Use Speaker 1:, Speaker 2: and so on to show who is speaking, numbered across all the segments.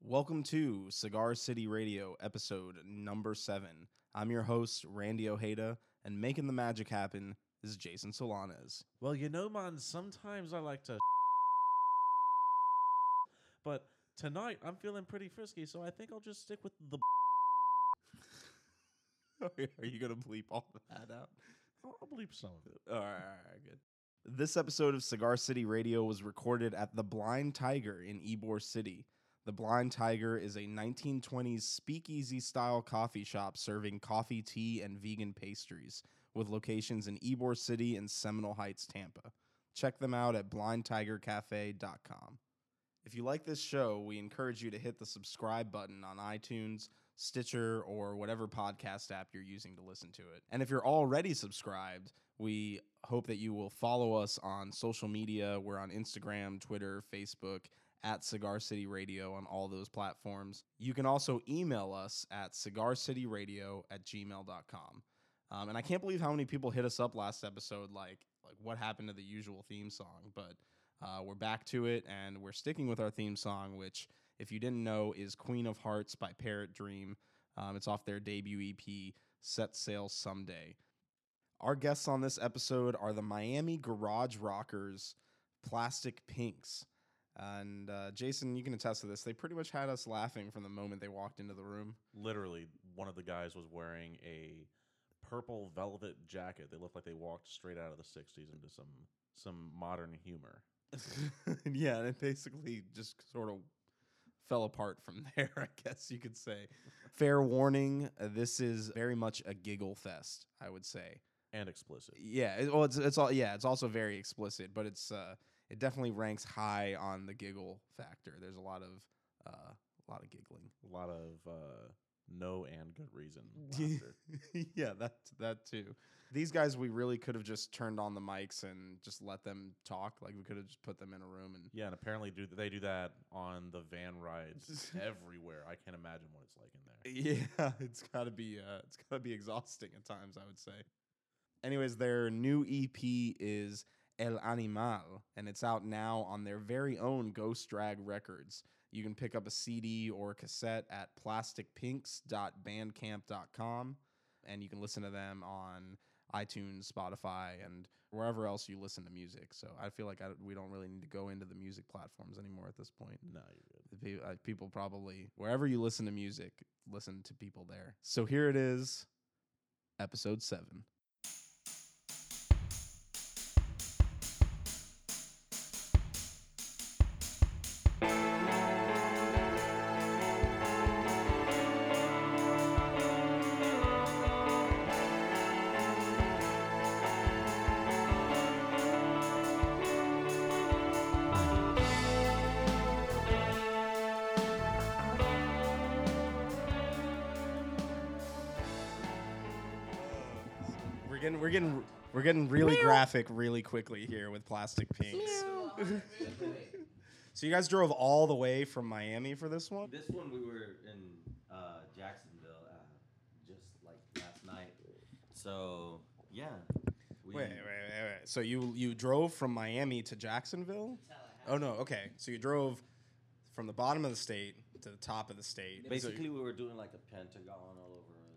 Speaker 1: Welcome to Cigar City Radio, episode number seven. I'm your host, Randy Ojeda, and making the magic happen is Jason Solanas.
Speaker 2: Well, you know, man, sometimes I like to. But tonight I'm feeling pretty frisky, so I think I'll just stick with the.
Speaker 1: Are you going to bleep all that out?
Speaker 2: I'll bleep some of it.
Speaker 1: All right, all right, all right, good. This episode of Cigar City Radio was recorded at the Blind Tiger in Ybor City. The Blind Tiger is a 1920s speakeasy style coffee shop serving coffee, tea, and vegan pastries with locations in Ybor City and Seminole Heights, Tampa. Check them out at blindtigercafe.com. If you like this show, we encourage you to hit the subscribe button on iTunes, Stitcher, or whatever podcast app you're using to listen to it. And if you're already subscribed, we hope that you will follow us on social media. We're on Instagram, Twitter, Facebook, at Cigar City Radio on all those platforms. You can also email us at cigarcityradio at gmail.com. Um, and I can't believe how many people hit us up last episode, like like what happened to the usual theme song. But uh, we're back to it, and we're sticking with our theme song, which, if you didn't know, is "Queen of Hearts" by Parrot Dream. Um, it's off their debut EP, "Set Sail Someday." Our guests on this episode are the Miami Garage Rockers, Plastic Pinks. And uh, Jason, you can attest to this. They pretty much had us laughing from the moment they walked into the room.
Speaker 2: Literally, one of the guys was wearing a purple velvet jacket. They looked like they walked straight out of the '60s into some some modern humor.
Speaker 1: yeah, and it basically just sort of fell apart from there, I guess you could say. Fair warning, uh, this is very much a giggle fest, I would say.
Speaker 2: And explicit.
Speaker 1: Yeah, it, well, it's it's all yeah, it's also very explicit, but it's uh, it definitely ranks high on the giggle factor. There's a lot of uh, a lot of giggling.
Speaker 2: A lot of uh, no and good reason. laughter.
Speaker 1: yeah, that that too. These guys, we really could have just turned on the mics and just let them talk. Like we could have just put them in a room and
Speaker 2: yeah, and apparently do they do that on the van rides everywhere. I can't imagine what it's like in there.
Speaker 1: Yeah, it's gotta be uh, it's gotta be exhausting at times, I would say. Anyways, their new EP is El Animal, and it's out now on their very own Ghost Drag Records. You can pick up a CD or a cassette at plasticpinks.bandcamp.com, and you can listen to them on iTunes, Spotify, and wherever else you listen to music. So I feel like I, we don't really need to go into the music platforms anymore at this point
Speaker 2: No, you're good.
Speaker 1: the pe- uh, people probably wherever you listen to music listen to people there so here it is episode 7 we're getting we're getting we're getting really graphic really quickly here with plastic pinks so you guys drove all the way from miami for this one
Speaker 3: This one we were in uh, Jacksonville uh, just like last night. So yeah. We,
Speaker 1: wait wait wait, wait. so you you drove from miami to jacksonville oh no okay so you drove from the bottom of the state to the top of the state So-
Speaker 3: Basically, we were doing like a pentagon all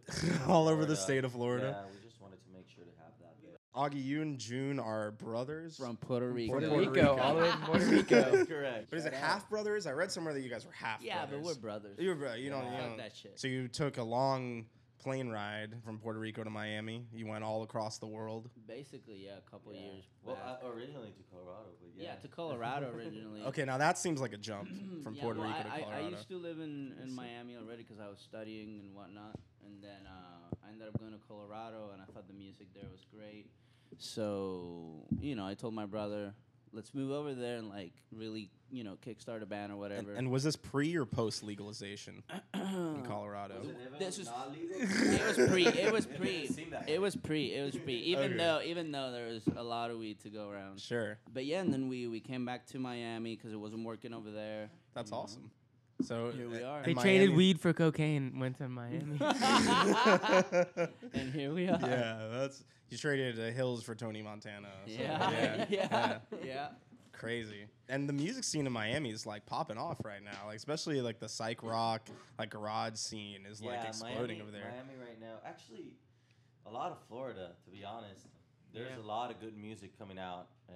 Speaker 3: over.
Speaker 1: All over the state of Florida.
Speaker 3: Yeah, we just wanted to make sure to have that. There.
Speaker 1: Augie, you and June are brothers
Speaker 4: From Puerto Rico.
Speaker 1: Puerto
Speaker 4: Rico,
Speaker 1: Rico.
Speaker 4: all the way from Puerto Rico.
Speaker 3: Correct.
Speaker 1: But is it
Speaker 4: Shout out.
Speaker 1: half brothers? I read somewhere that you guys were half.
Speaker 4: yeah, but
Speaker 1: brothers.
Speaker 4: we're brothers.
Speaker 1: You were bro- you don't.
Speaker 4: Yeah.
Speaker 1: You
Speaker 4: Fuck
Speaker 1: don't-
Speaker 4: that shit.
Speaker 1: So you took a long plane ride from Puerto Rico to Miami. You went all across the world.
Speaker 4: Basically, yeah, a couple
Speaker 3: Yeah.
Speaker 4: years.
Speaker 3: Well,
Speaker 4: back.
Speaker 3: I, originally to Colorado, but
Speaker 4: yeah.
Speaker 3: yeah.
Speaker 4: to Colorado originally.
Speaker 1: Okay, now that seems like a jump from
Speaker 4: Yeah,
Speaker 1: Puerto
Speaker 4: well,
Speaker 1: Rico
Speaker 4: I,
Speaker 1: to
Speaker 4: I-
Speaker 1: Colorado.
Speaker 4: I used to live in, in Miami already because I was studying and whatnot, and then uh, I ended up going to Colorado, and I thought the music there was great. So you know, I told my brother, let's move over there and like really you know kickstart a band or
Speaker 1: and,
Speaker 4: whatever.
Speaker 1: and was this pre or post legalization in Colorado?
Speaker 3: Was it ever
Speaker 4: This is-
Speaker 3: not legal?
Speaker 4: it was pre. It was
Speaker 3: It
Speaker 4: pre.
Speaker 3: didn't seem that way.
Speaker 4: It was pre. It was pre. Even
Speaker 1: Okay.
Speaker 4: though, even though there was a lot of weed to go around.
Speaker 1: Sure,
Speaker 4: But yeah, and then we we came back to Miami because it wasn't working over there.
Speaker 1: that's awesome. So
Speaker 4: Here Mm-hmm. we
Speaker 1: uh,
Speaker 4: are.
Speaker 1: and
Speaker 5: They
Speaker 1: Miami-
Speaker 5: traded weed for cocaine. Went to Miami.
Speaker 4: And here we are.
Speaker 1: yeah, that's you traded uh, hills for Tony Montana. so,
Speaker 4: Yeah. Yeah.
Speaker 1: yeah.
Speaker 4: yeah.
Speaker 1: crazy. And the music scene in Miami is like popping off right now, like especially like the psych rock, like garage scene is like exploding
Speaker 3: Miami,
Speaker 1: over there.
Speaker 3: Miami right now, actually, a lot of Florida, to be honest. There's
Speaker 5: Yeah.
Speaker 3: a lot of good music coming out. Uh,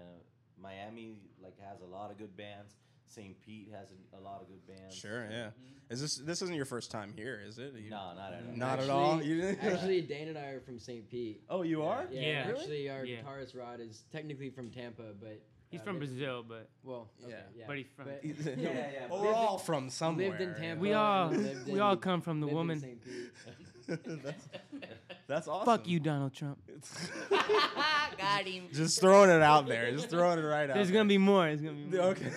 Speaker 3: Miami like has a lot of good bands. St. Pete has a, a lot of good bands.
Speaker 1: Sure, yeah. Is this this isn't your first time here, is it? You-
Speaker 3: No, not at all.
Speaker 1: Not at all.
Speaker 6: Actually-
Speaker 1: You didn't.
Speaker 6: Actually, Dane and I are from St. Pete.
Speaker 1: oh, you are.
Speaker 6: Yeah,
Speaker 5: Yeah. Really?
Speaker 6: actually, our
Speaker 5: Yeah.
Speaker 6: guitarist Rod is technically from Tampa, but
Speaker 5: He's
Speaker 6: uh,
Speaker 5: from
Speaker 6: lived-
Speaker 5: Brazil, but
Speaker 6: Well, okay,
Speaker 1: Yeah.
Speaker 6: yeah,
Speaker 5: But he's from-
Speaker 6: but-
Speaker 1: Yeah,
Speaker 3: yeah, yeah.
Speaker 1: We're
Speaker 6: Lived in-
Speaker 1: all from somewhere.
Speaker 6: lived in Tampa.
Speaker 5: we
Speaker 6: Well,
Speaker 5: all
Speaker 6: lived
Speaker 5: we all
Speaker 6: in-
Speaker 5: come from the
Speaker 6: lived in
Speaker 5: woman.
Speaker 6: St. Pete.
Speaker 1: that's, that's awesome.
Speaker 5: Fuck you, Donald Trump.
Speaker 4: Got him.
Speaker 1: Just throwing it out there. Just throwing it right out.
Speaker 5: There's gonna be more. There's gonna be more.
Speaker 1: Okay.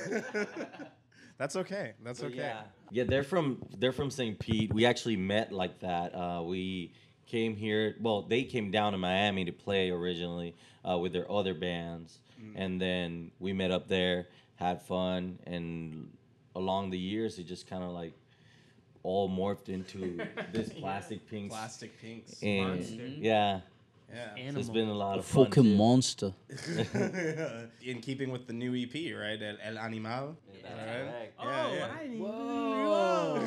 Speaker 1: that's okay. That's
Speaker 3: So,
Speaker 1: okay.
Speaker 3: Yeah. yeah, they're from they're from St. Pete. We actually met like that. Uh, we came here. Well, they came down to Miami to play originally uh, with their other bands,
Speaker 1: Mm.
Speaker 3: and then we met up there, had fun, and along the years it just kind of like all morphed into this plastic pink.
Speaker 1: Plastic pinks.
Speaker 3: And
Speaker 5: Monster.
Speaker 4: Mm-hmm.
Speaker 3: yeah,
Speaker 1: Yeah.
Speaker 5: Animal.
Speaker 3: it's been a lot of fun.
Speaker 4: Fucking
Speaker 3: too.
Speaker 4: monster.
Speaker 1: in keeping with the new EP, right? El, El Animal.
Speaker 3: That's
Speaker 1: Alright.
Speaker 3: correct.
Speaker 5: Oh,
Speaker 1: Yeah, yeah.
Speaker 5: I didn't even-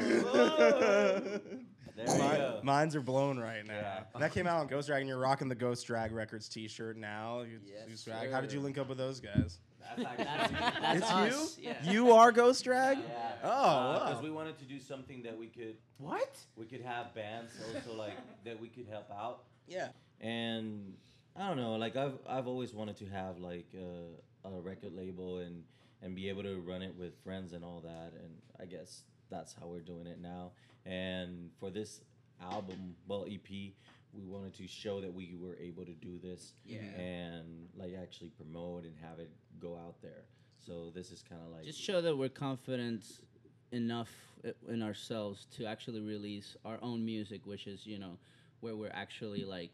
Speaker 3: There you
Speaker 1: Mine-
Speaker 3: go.
Speaker 1: Mines are blown right now.
Speaker 3: Yeah.
Speaker 1: That came out on Ghost Drag, and you're rocking the Ghost Drag Records T-shirt now. You-
Speaker 4: Yes,
Speaker 1: Ghost Drag. How did you
Speaker 6: sir.
Speaker 1: link up with those guys?
Speaker 3: That's
Speaker 4: That's,
Speaker 3: actually-
Speaker 4: that's
Speaker 1: It's
Speaker 4: us. Yeah.
Speaker 1: You are Ghost Drag.
Speaker 3: Yeah. Uh,
Speaker 1: Oh,
Speaker 3: because
Speaker 1: wow.
Speaker 3: we wanted to do something that we could
Speaker 5: What?
Speaker 3: we could have bands also like that we could help out
Speaker 1: Yeah.
Speaker 3: and I don't know like I've I've always wanted to have like uh, a, a record label and and be able to run it with friends and all that and I guess that's how we're doing it now and for this album well EP we wanted to show that we were able to do this and like actually promote and have it go out there so this is kind of like
Speaker 4: Just show that we're confident enough i- in ourselves to actually release our own music, which is you know where we're actually like,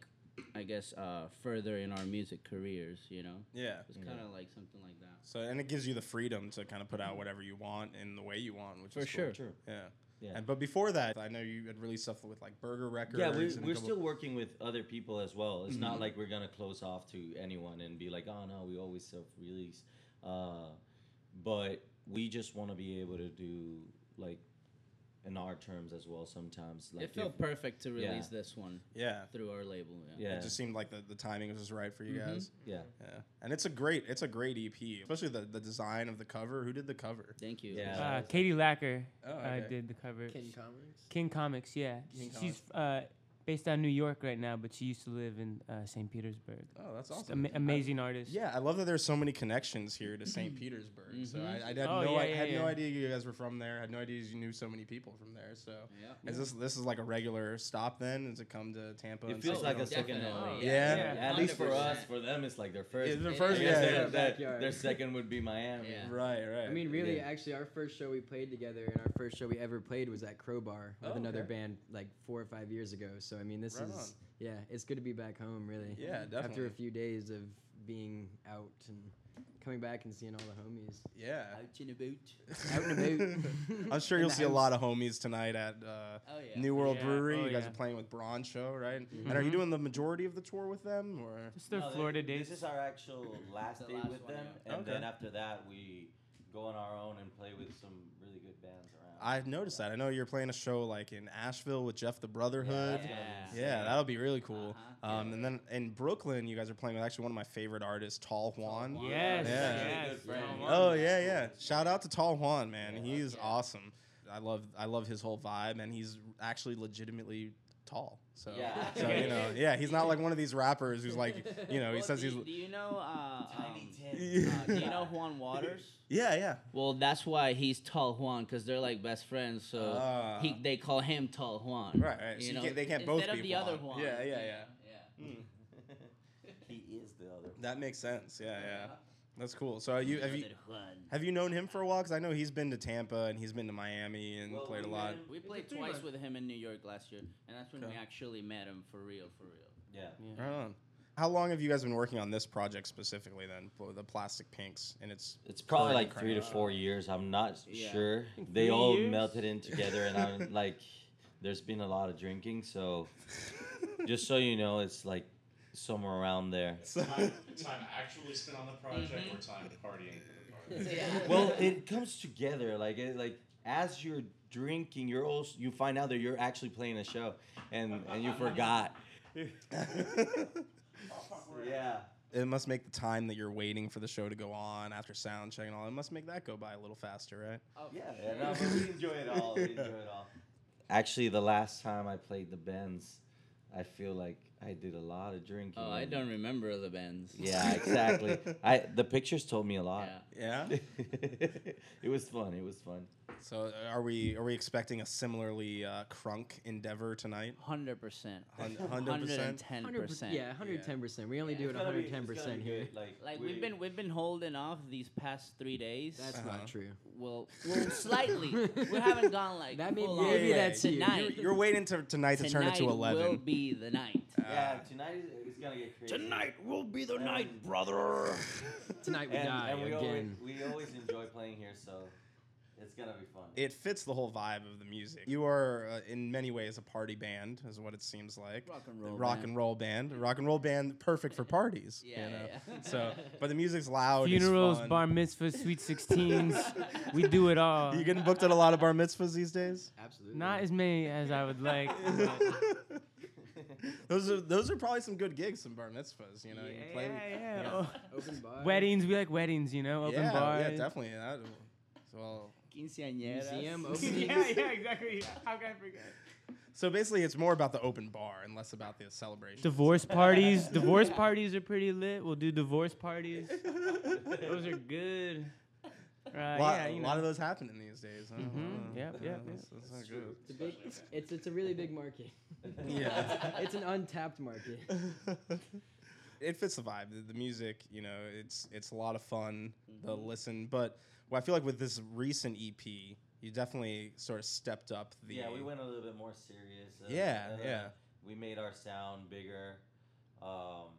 Speaker 4: I guess, uh, further in our music careers. You know,
Speaker 1: Yeah.
Speaker 4: it's kind of like something like that.
Speaker 1: So and it gives you the freedom to kind of put out whatever you want in the way you want, which
Speaker 4: For
Speaker 1: is cool.
Speaker 4: sure.
Speaker 3: True.
Speaker 1: Yeah.
Speaker 3: Yeah.
Speaker 1: And but before that, I know you had released stuff with like Burger Records.
Speaker 3: Yeah,
Speaker 1: and a
Speaker 3: we're, we're
Speaker 1: couple- Mm-hmm.
Speaker 3: still working with other people as well. It's not like we're gonna close off to anyone and be like, oh no, we always self release. Uh, but we just want to be able to do like in our terms as well. Sometimes like
Speaker 4: it felt
Speaker 3: if-
Speaker 4: perfect to
Speaker 3: yeah.
Speaker 4: release this one
Speaker 1: Yeah.
Speaker 4: through our label. Yeah.
Speaker 3: yeah,
Speaker 1: It just seemed like the, the timing was just right for you
Speaker 4: Mhm.
Speaker 1: guys.
Speaker 3: yeah,
Speaker 1: Yeah. And it's a great it's a great EP, especially the, the design of the cover. Who did the cover?
Speaker 4: Thank you.
Speaker 3: Yeah.
Speaker 5: Uh, Katie Lacker
Speaker 1: Oh,
Speaker 5: uh, did the cover.
Speaker 6: Ken Commerce.
Speaker 5: King Comics, yeah.
Speaker 1: King
Speaker 5: She's uh, based out of New York right now, but she used to live in uh, St. Petersburg.
Speaker 1: Oh, that's
Speaker 5: Just
Speaker 1: awesome.
Speaker 5: ama- amazing artist.
Speaker 1: Yeah, I love that there's so many connections here to St. Petersburg. So I, I had
Speaker 5: Oh,
Speaker 1: no
Speaker 5: yeah,
Speaker 1: I
Speaker 5: yeah,
Speaker 1: had no
Speaker 5: yeah.
Speaker 1: idea you guys were from there. I had no idea you knew so many people from there. So
Speaker 4: Yeah.
Speaker 1: is this this is like a regular stop then? Does it come to Tampa?
Speaker 3: it
Speaker 1: and
Speaker 3: feels
Speaker 1: St.
Speaker 3: like a
Speaker 1: Petersburg?
Speaker 3: second.
Speaker 4: definitely. Oh,
Speaker 3: LA.
Speaker 5: Yeah.
Speaker 1: Yeah.
Speaker 3: Yeah, at least for us,
Speaker 4: 100%.
Speaker 3: for them, it's like their first.
Speaker 1: It's the
Speaker 3: I
Speaker 1: first yeah,
Speaker 3: guess
Speaker 6: Yeah,
Speaker 1: yeah.
Speaker 6: it's their
Speaker 3: Their, that-
Speaker 6: backyard.
Speaker 3: their second would be Miami.
Speaker 4: Yeah.
Speaker 1: Right, right.
Speaker 6: I mean, really,
Speaker 3: Yeah.
Speaker 6: actually, our first show we played together and our first show we ever played was at Crowbar with
Speaker 1: Oh,
Speaker 6: another
Speaker 1: okay.
Speaker 6: band like four or five years ago. So I mean, this
Speaker 1: Right
Speaker 6: is
Speaker 1: on.
Speaker 6: yeah, it's good to be back home, really.
Speaker 1: Yeah,
Speaker 6: After
Speaker 1: definitely.
Speaker 6: a few days of being out and coming back and seeing all the homies.
Speaker 1: yeah.
Speaker 4: Out in a boot.
Speaker 6: Out and about.
Speaker 1: I'm sure
Speaker 6: In
Speaker 1: you'll
Speaker 6: the
Speaker 1: see a
Speaker 6: house.
Speaker 1: lot of homies tonight at uh,
Speaker 4: Oh yeah.
Speaker 1: New World
Speaker 5: Yeah.
Speaker 1: Brewery.
Speaker 5: Oh,
Speaker 1: you guys
Speaker 5: yeah.
Speaker 1: are playing with Braun Show, right? And are you doing the majority of the tour with them, or
Speaker 5: Just their
Speaker 3: No, th-
Speaker 5: Florida dates.
Speaker 3: This is our actual last
Speaker 4: The
Speaker 3: day
Speaker 4: last
Speaker 3: with
Speaker 4: one,
Speaker 3: them,
Speaker 1: yeah.
Speaker 3: and
Speaker 1: Okay.
Speaker 3: then after that, we go on our own and play with some really good bands around.
Speaker 1: I noticed that. I know you're playing a show like in Asheville with Jeff the Brotherhood.
Speaker 4: that's
Speaker 1: Yeah,
Speaker 4: gonna be sick.
Speaker 1: that'll be really cool.
Speaker 4: Uh-huh.
Speaker 1: Um, and then in Brooklyn, you guys are playing with actually one of my favorite artists, Tall Juan.
Speaker 4: Juan.
Speaker 5: Yes.
Speaker 1: Yeah.
Speaker 5: yes.
Speaker 3: Good friend.
Speaker 5: Don Juan.
Speaker 1: Oh yeah, yeah. Shout out to Tall Juan, man.
Speaker 3: Yeah.
Speaker 1: He's
Speaker 4: Yeah.
Speaker 1: awesome. I love I love his whole vibe, and he's actually legitimately tall. So
Speaker 3: Yeah.
Speaker 1: so you know, yeah, he's not like one of these rappers who's like, you know, he
Speaker 4: Well,
Speaker 1: says
Speaker 4: do,
Speaker 1: he's.
Speaker 4: Do you know? Uh, um,
Speaker 1: Tim.
Speaker 4: uh, do you know Juan Waters?
Speaker 1: Yeah, yeah.
Speaker 4: Well, that's why he's Tall Juan because they're like best friends. So
Speaker 1: Ah.
Speaker 4: he, they call him Tall Juan.
Speaker 1: Right, right. So you can't- they can't both
Speaker 4: instead of
Speaker 1: be
Speaker 4: the other
Speaker 1: Juan.
Speaker 4: Juan.
Speaker 1: Yeah, yeah,
Speaker 4: yeah.
Speaker 3: Hmm. he is the other.
Speaker 1: That makes sense. Yeah, yeah. That's cool. So you have you
Speaker 4: Other Juan.
Speaker 1: have you known him for a while? Because I know he's been to Tampa and he's been to Miami and
Speaker 3: Well,
Speaker 1: played a
Speaker 3: we
Speaker 1: lot.
Speaker 3: met him-
Speaker 4: We played
Speaker 5: three
Speaker 4: twice
Speaker 5: man.
Speaker 4: with him in New York last year, and that's when we
Speaker 1: Okay.
Speaker 4: actually met him for real, for real.
Speaker 3: Yeah.
Speaker 1: Right on. How long have you guys been working on this project specifically? Then Pl- the Plastic Pinks and it's
Speaker 3: It's probably
Speaker 1: Current
Speaker 3: like three to
Speaker 1: crowd.
Speaker 3: four years. I'm not
Speaker 4: Yeah.
Speaker 3: sure.
Speaker 5: Think
Speaker 3: They
Speaker 5: three
Speaker 3: all
Speaker 5: years?
Speaker 3: melted in together, and I'm like, there's been a lot of drinking. So, just so you know, it's like somewhere around there.
Speaker 1: So-
Speaker 7: time actually spent on the project or time partying for the
Speaker 3: well, it comes together like it, like as you're drinking, you're also you find out that you're actually playing a show, and and you forgot. yeah.
Speaker 1: It must make the time that you're waiting for the show to go on after sound check and all. It must make that go by a little faster, right?
Speaker 3: Yeah, yeah, no, but we enjoy it all. We enjoy it all. Actually, the last time I played the Benz, I feel like I did a lot of drinking.
Speaker 4: Oh, I don't remember the bands.
Speaker 3: Yeah, exactly. I the pictures told me a lot.
Speaker 4: Yeah.
Speaker 1: Yeah.
Speaker 3: it was fun. It was fun.
Speaker 1: so uh, are we are we expecting a similarly uh, crunk endeavor tonight?
Speaker 4: Hundred percent.
Speaker 1: Hun-
Speaker 4: Hundred and
Speaker 1: 100%?
Speaker 4: ten
Speaker 6: 100%.
Speaker 4: percent.
Speaker 6: Yeah, 110%. We only do it 110% here.
Speaker 4: Like we've been we've been holding off these past three days.
Speaker 6: That's
Speaker 1: Uh-huh.
Speaker 6: not true.
Speaker 4: well, well, slightly. we haven't gone like
Speaker 6: That may-
Speaker 4: full on.
Speaker 6: maybe that's you.
Speaker 4: tonight.
Speaker 1: You're, you're waiting to, tonight to turn it to
Speaker 4: Tonight
Speaker 1: eleven.
Speaker 4: will be the night.
Speaker 3: yeah, tonight is, it's gonna get crazy.
Speaker 2: will be the
Speaker 3: night,
Speaker 2: brother.
Speaker 6: Tonight we
Speaker 3: and,
Speaker 6: die
Speaker 3: and we
Speaker 6: again.
Speaker 3: always we always enjoy playing here, so it's gonna be fun.
Speaker 1: it fits the whole vibe of the music. You are, uh, in many ways, a party band, is what it seems like.
Speaker 4: Rock and roll
Speaker 1: rock
Speaker 4: band.
Speaker 1: and roll band, rock and roll band, perfect for parties.
Speaker 4: Yeah,
Speaker 1: you know?
Speaker 4: yeah, yeah.
Speaker 1: So, but the music's loud. it's
Speaker 5: Funerals,
Speaker 1: Oh, fun.
Speaker 5: bar mitzvahs, sweet sixteens. we do it all.
Speaker 1: You getting booked at a lot of bar mitzvahs these days?
Speaker 6: Absolutely.
Speaker 5: Not as many as I would like. but-
Speaker 1: those are those are probably some good gigs, some bar mitzvahs. You know, you can play.
Speaker 5: yeah,
Speaker 1: you
Speaker 5: yeah. Oh,
Speaker 1: know.
Speaker 6: open bar.
Speaker 5: Weddings, we like weddings, you know, open
Speaker 1: yeah,
Speaker 5: bars.
Speaker 1: yeah, definitely. That, well,
Speaker 4: Quinceañeras.
Speaker 6: Museum
Speaker 5: yeah,
Speaker 6: openings.
Speaker 5: yeah, exactly. How can I forget?
Speaker 1: so basically, it's more about the open bar and less about the celebration.
Speaker 5: Divorce parties. Divorce parties are pretty lit. We'll do divorce parties. Those are good. Right.
Speaker 1: a lot,
Speaker 5: uh, yeah, you
Speaker 1: a
Speaker 5: know.
Speaker 1: lot of those happening these days. Huh?
Speaker 5: Mhm, yep, yep, yep.
Speaker 1: That's, that's not good.
Speaker 6: It's a big, it's it's a really big market.
Speaker 1: Yeah.
Speaker 6: it's an untapped market.
Speaker 1: it fits the vibe. The, the music, you know, it's it's a lot of fun. The
Speaker 4: Mm-hmm.
Speaker 1: listen, but well, I feel like with this recent EP, you definitely sort of stepped up the.
Speaker 3: yeah, we went a little bit more serious. uh,
Speaker 1: Yeah,
Speaker 3: uh,
Speaker 1: yeah.
Speaker 3: We made our sound bigger. Um,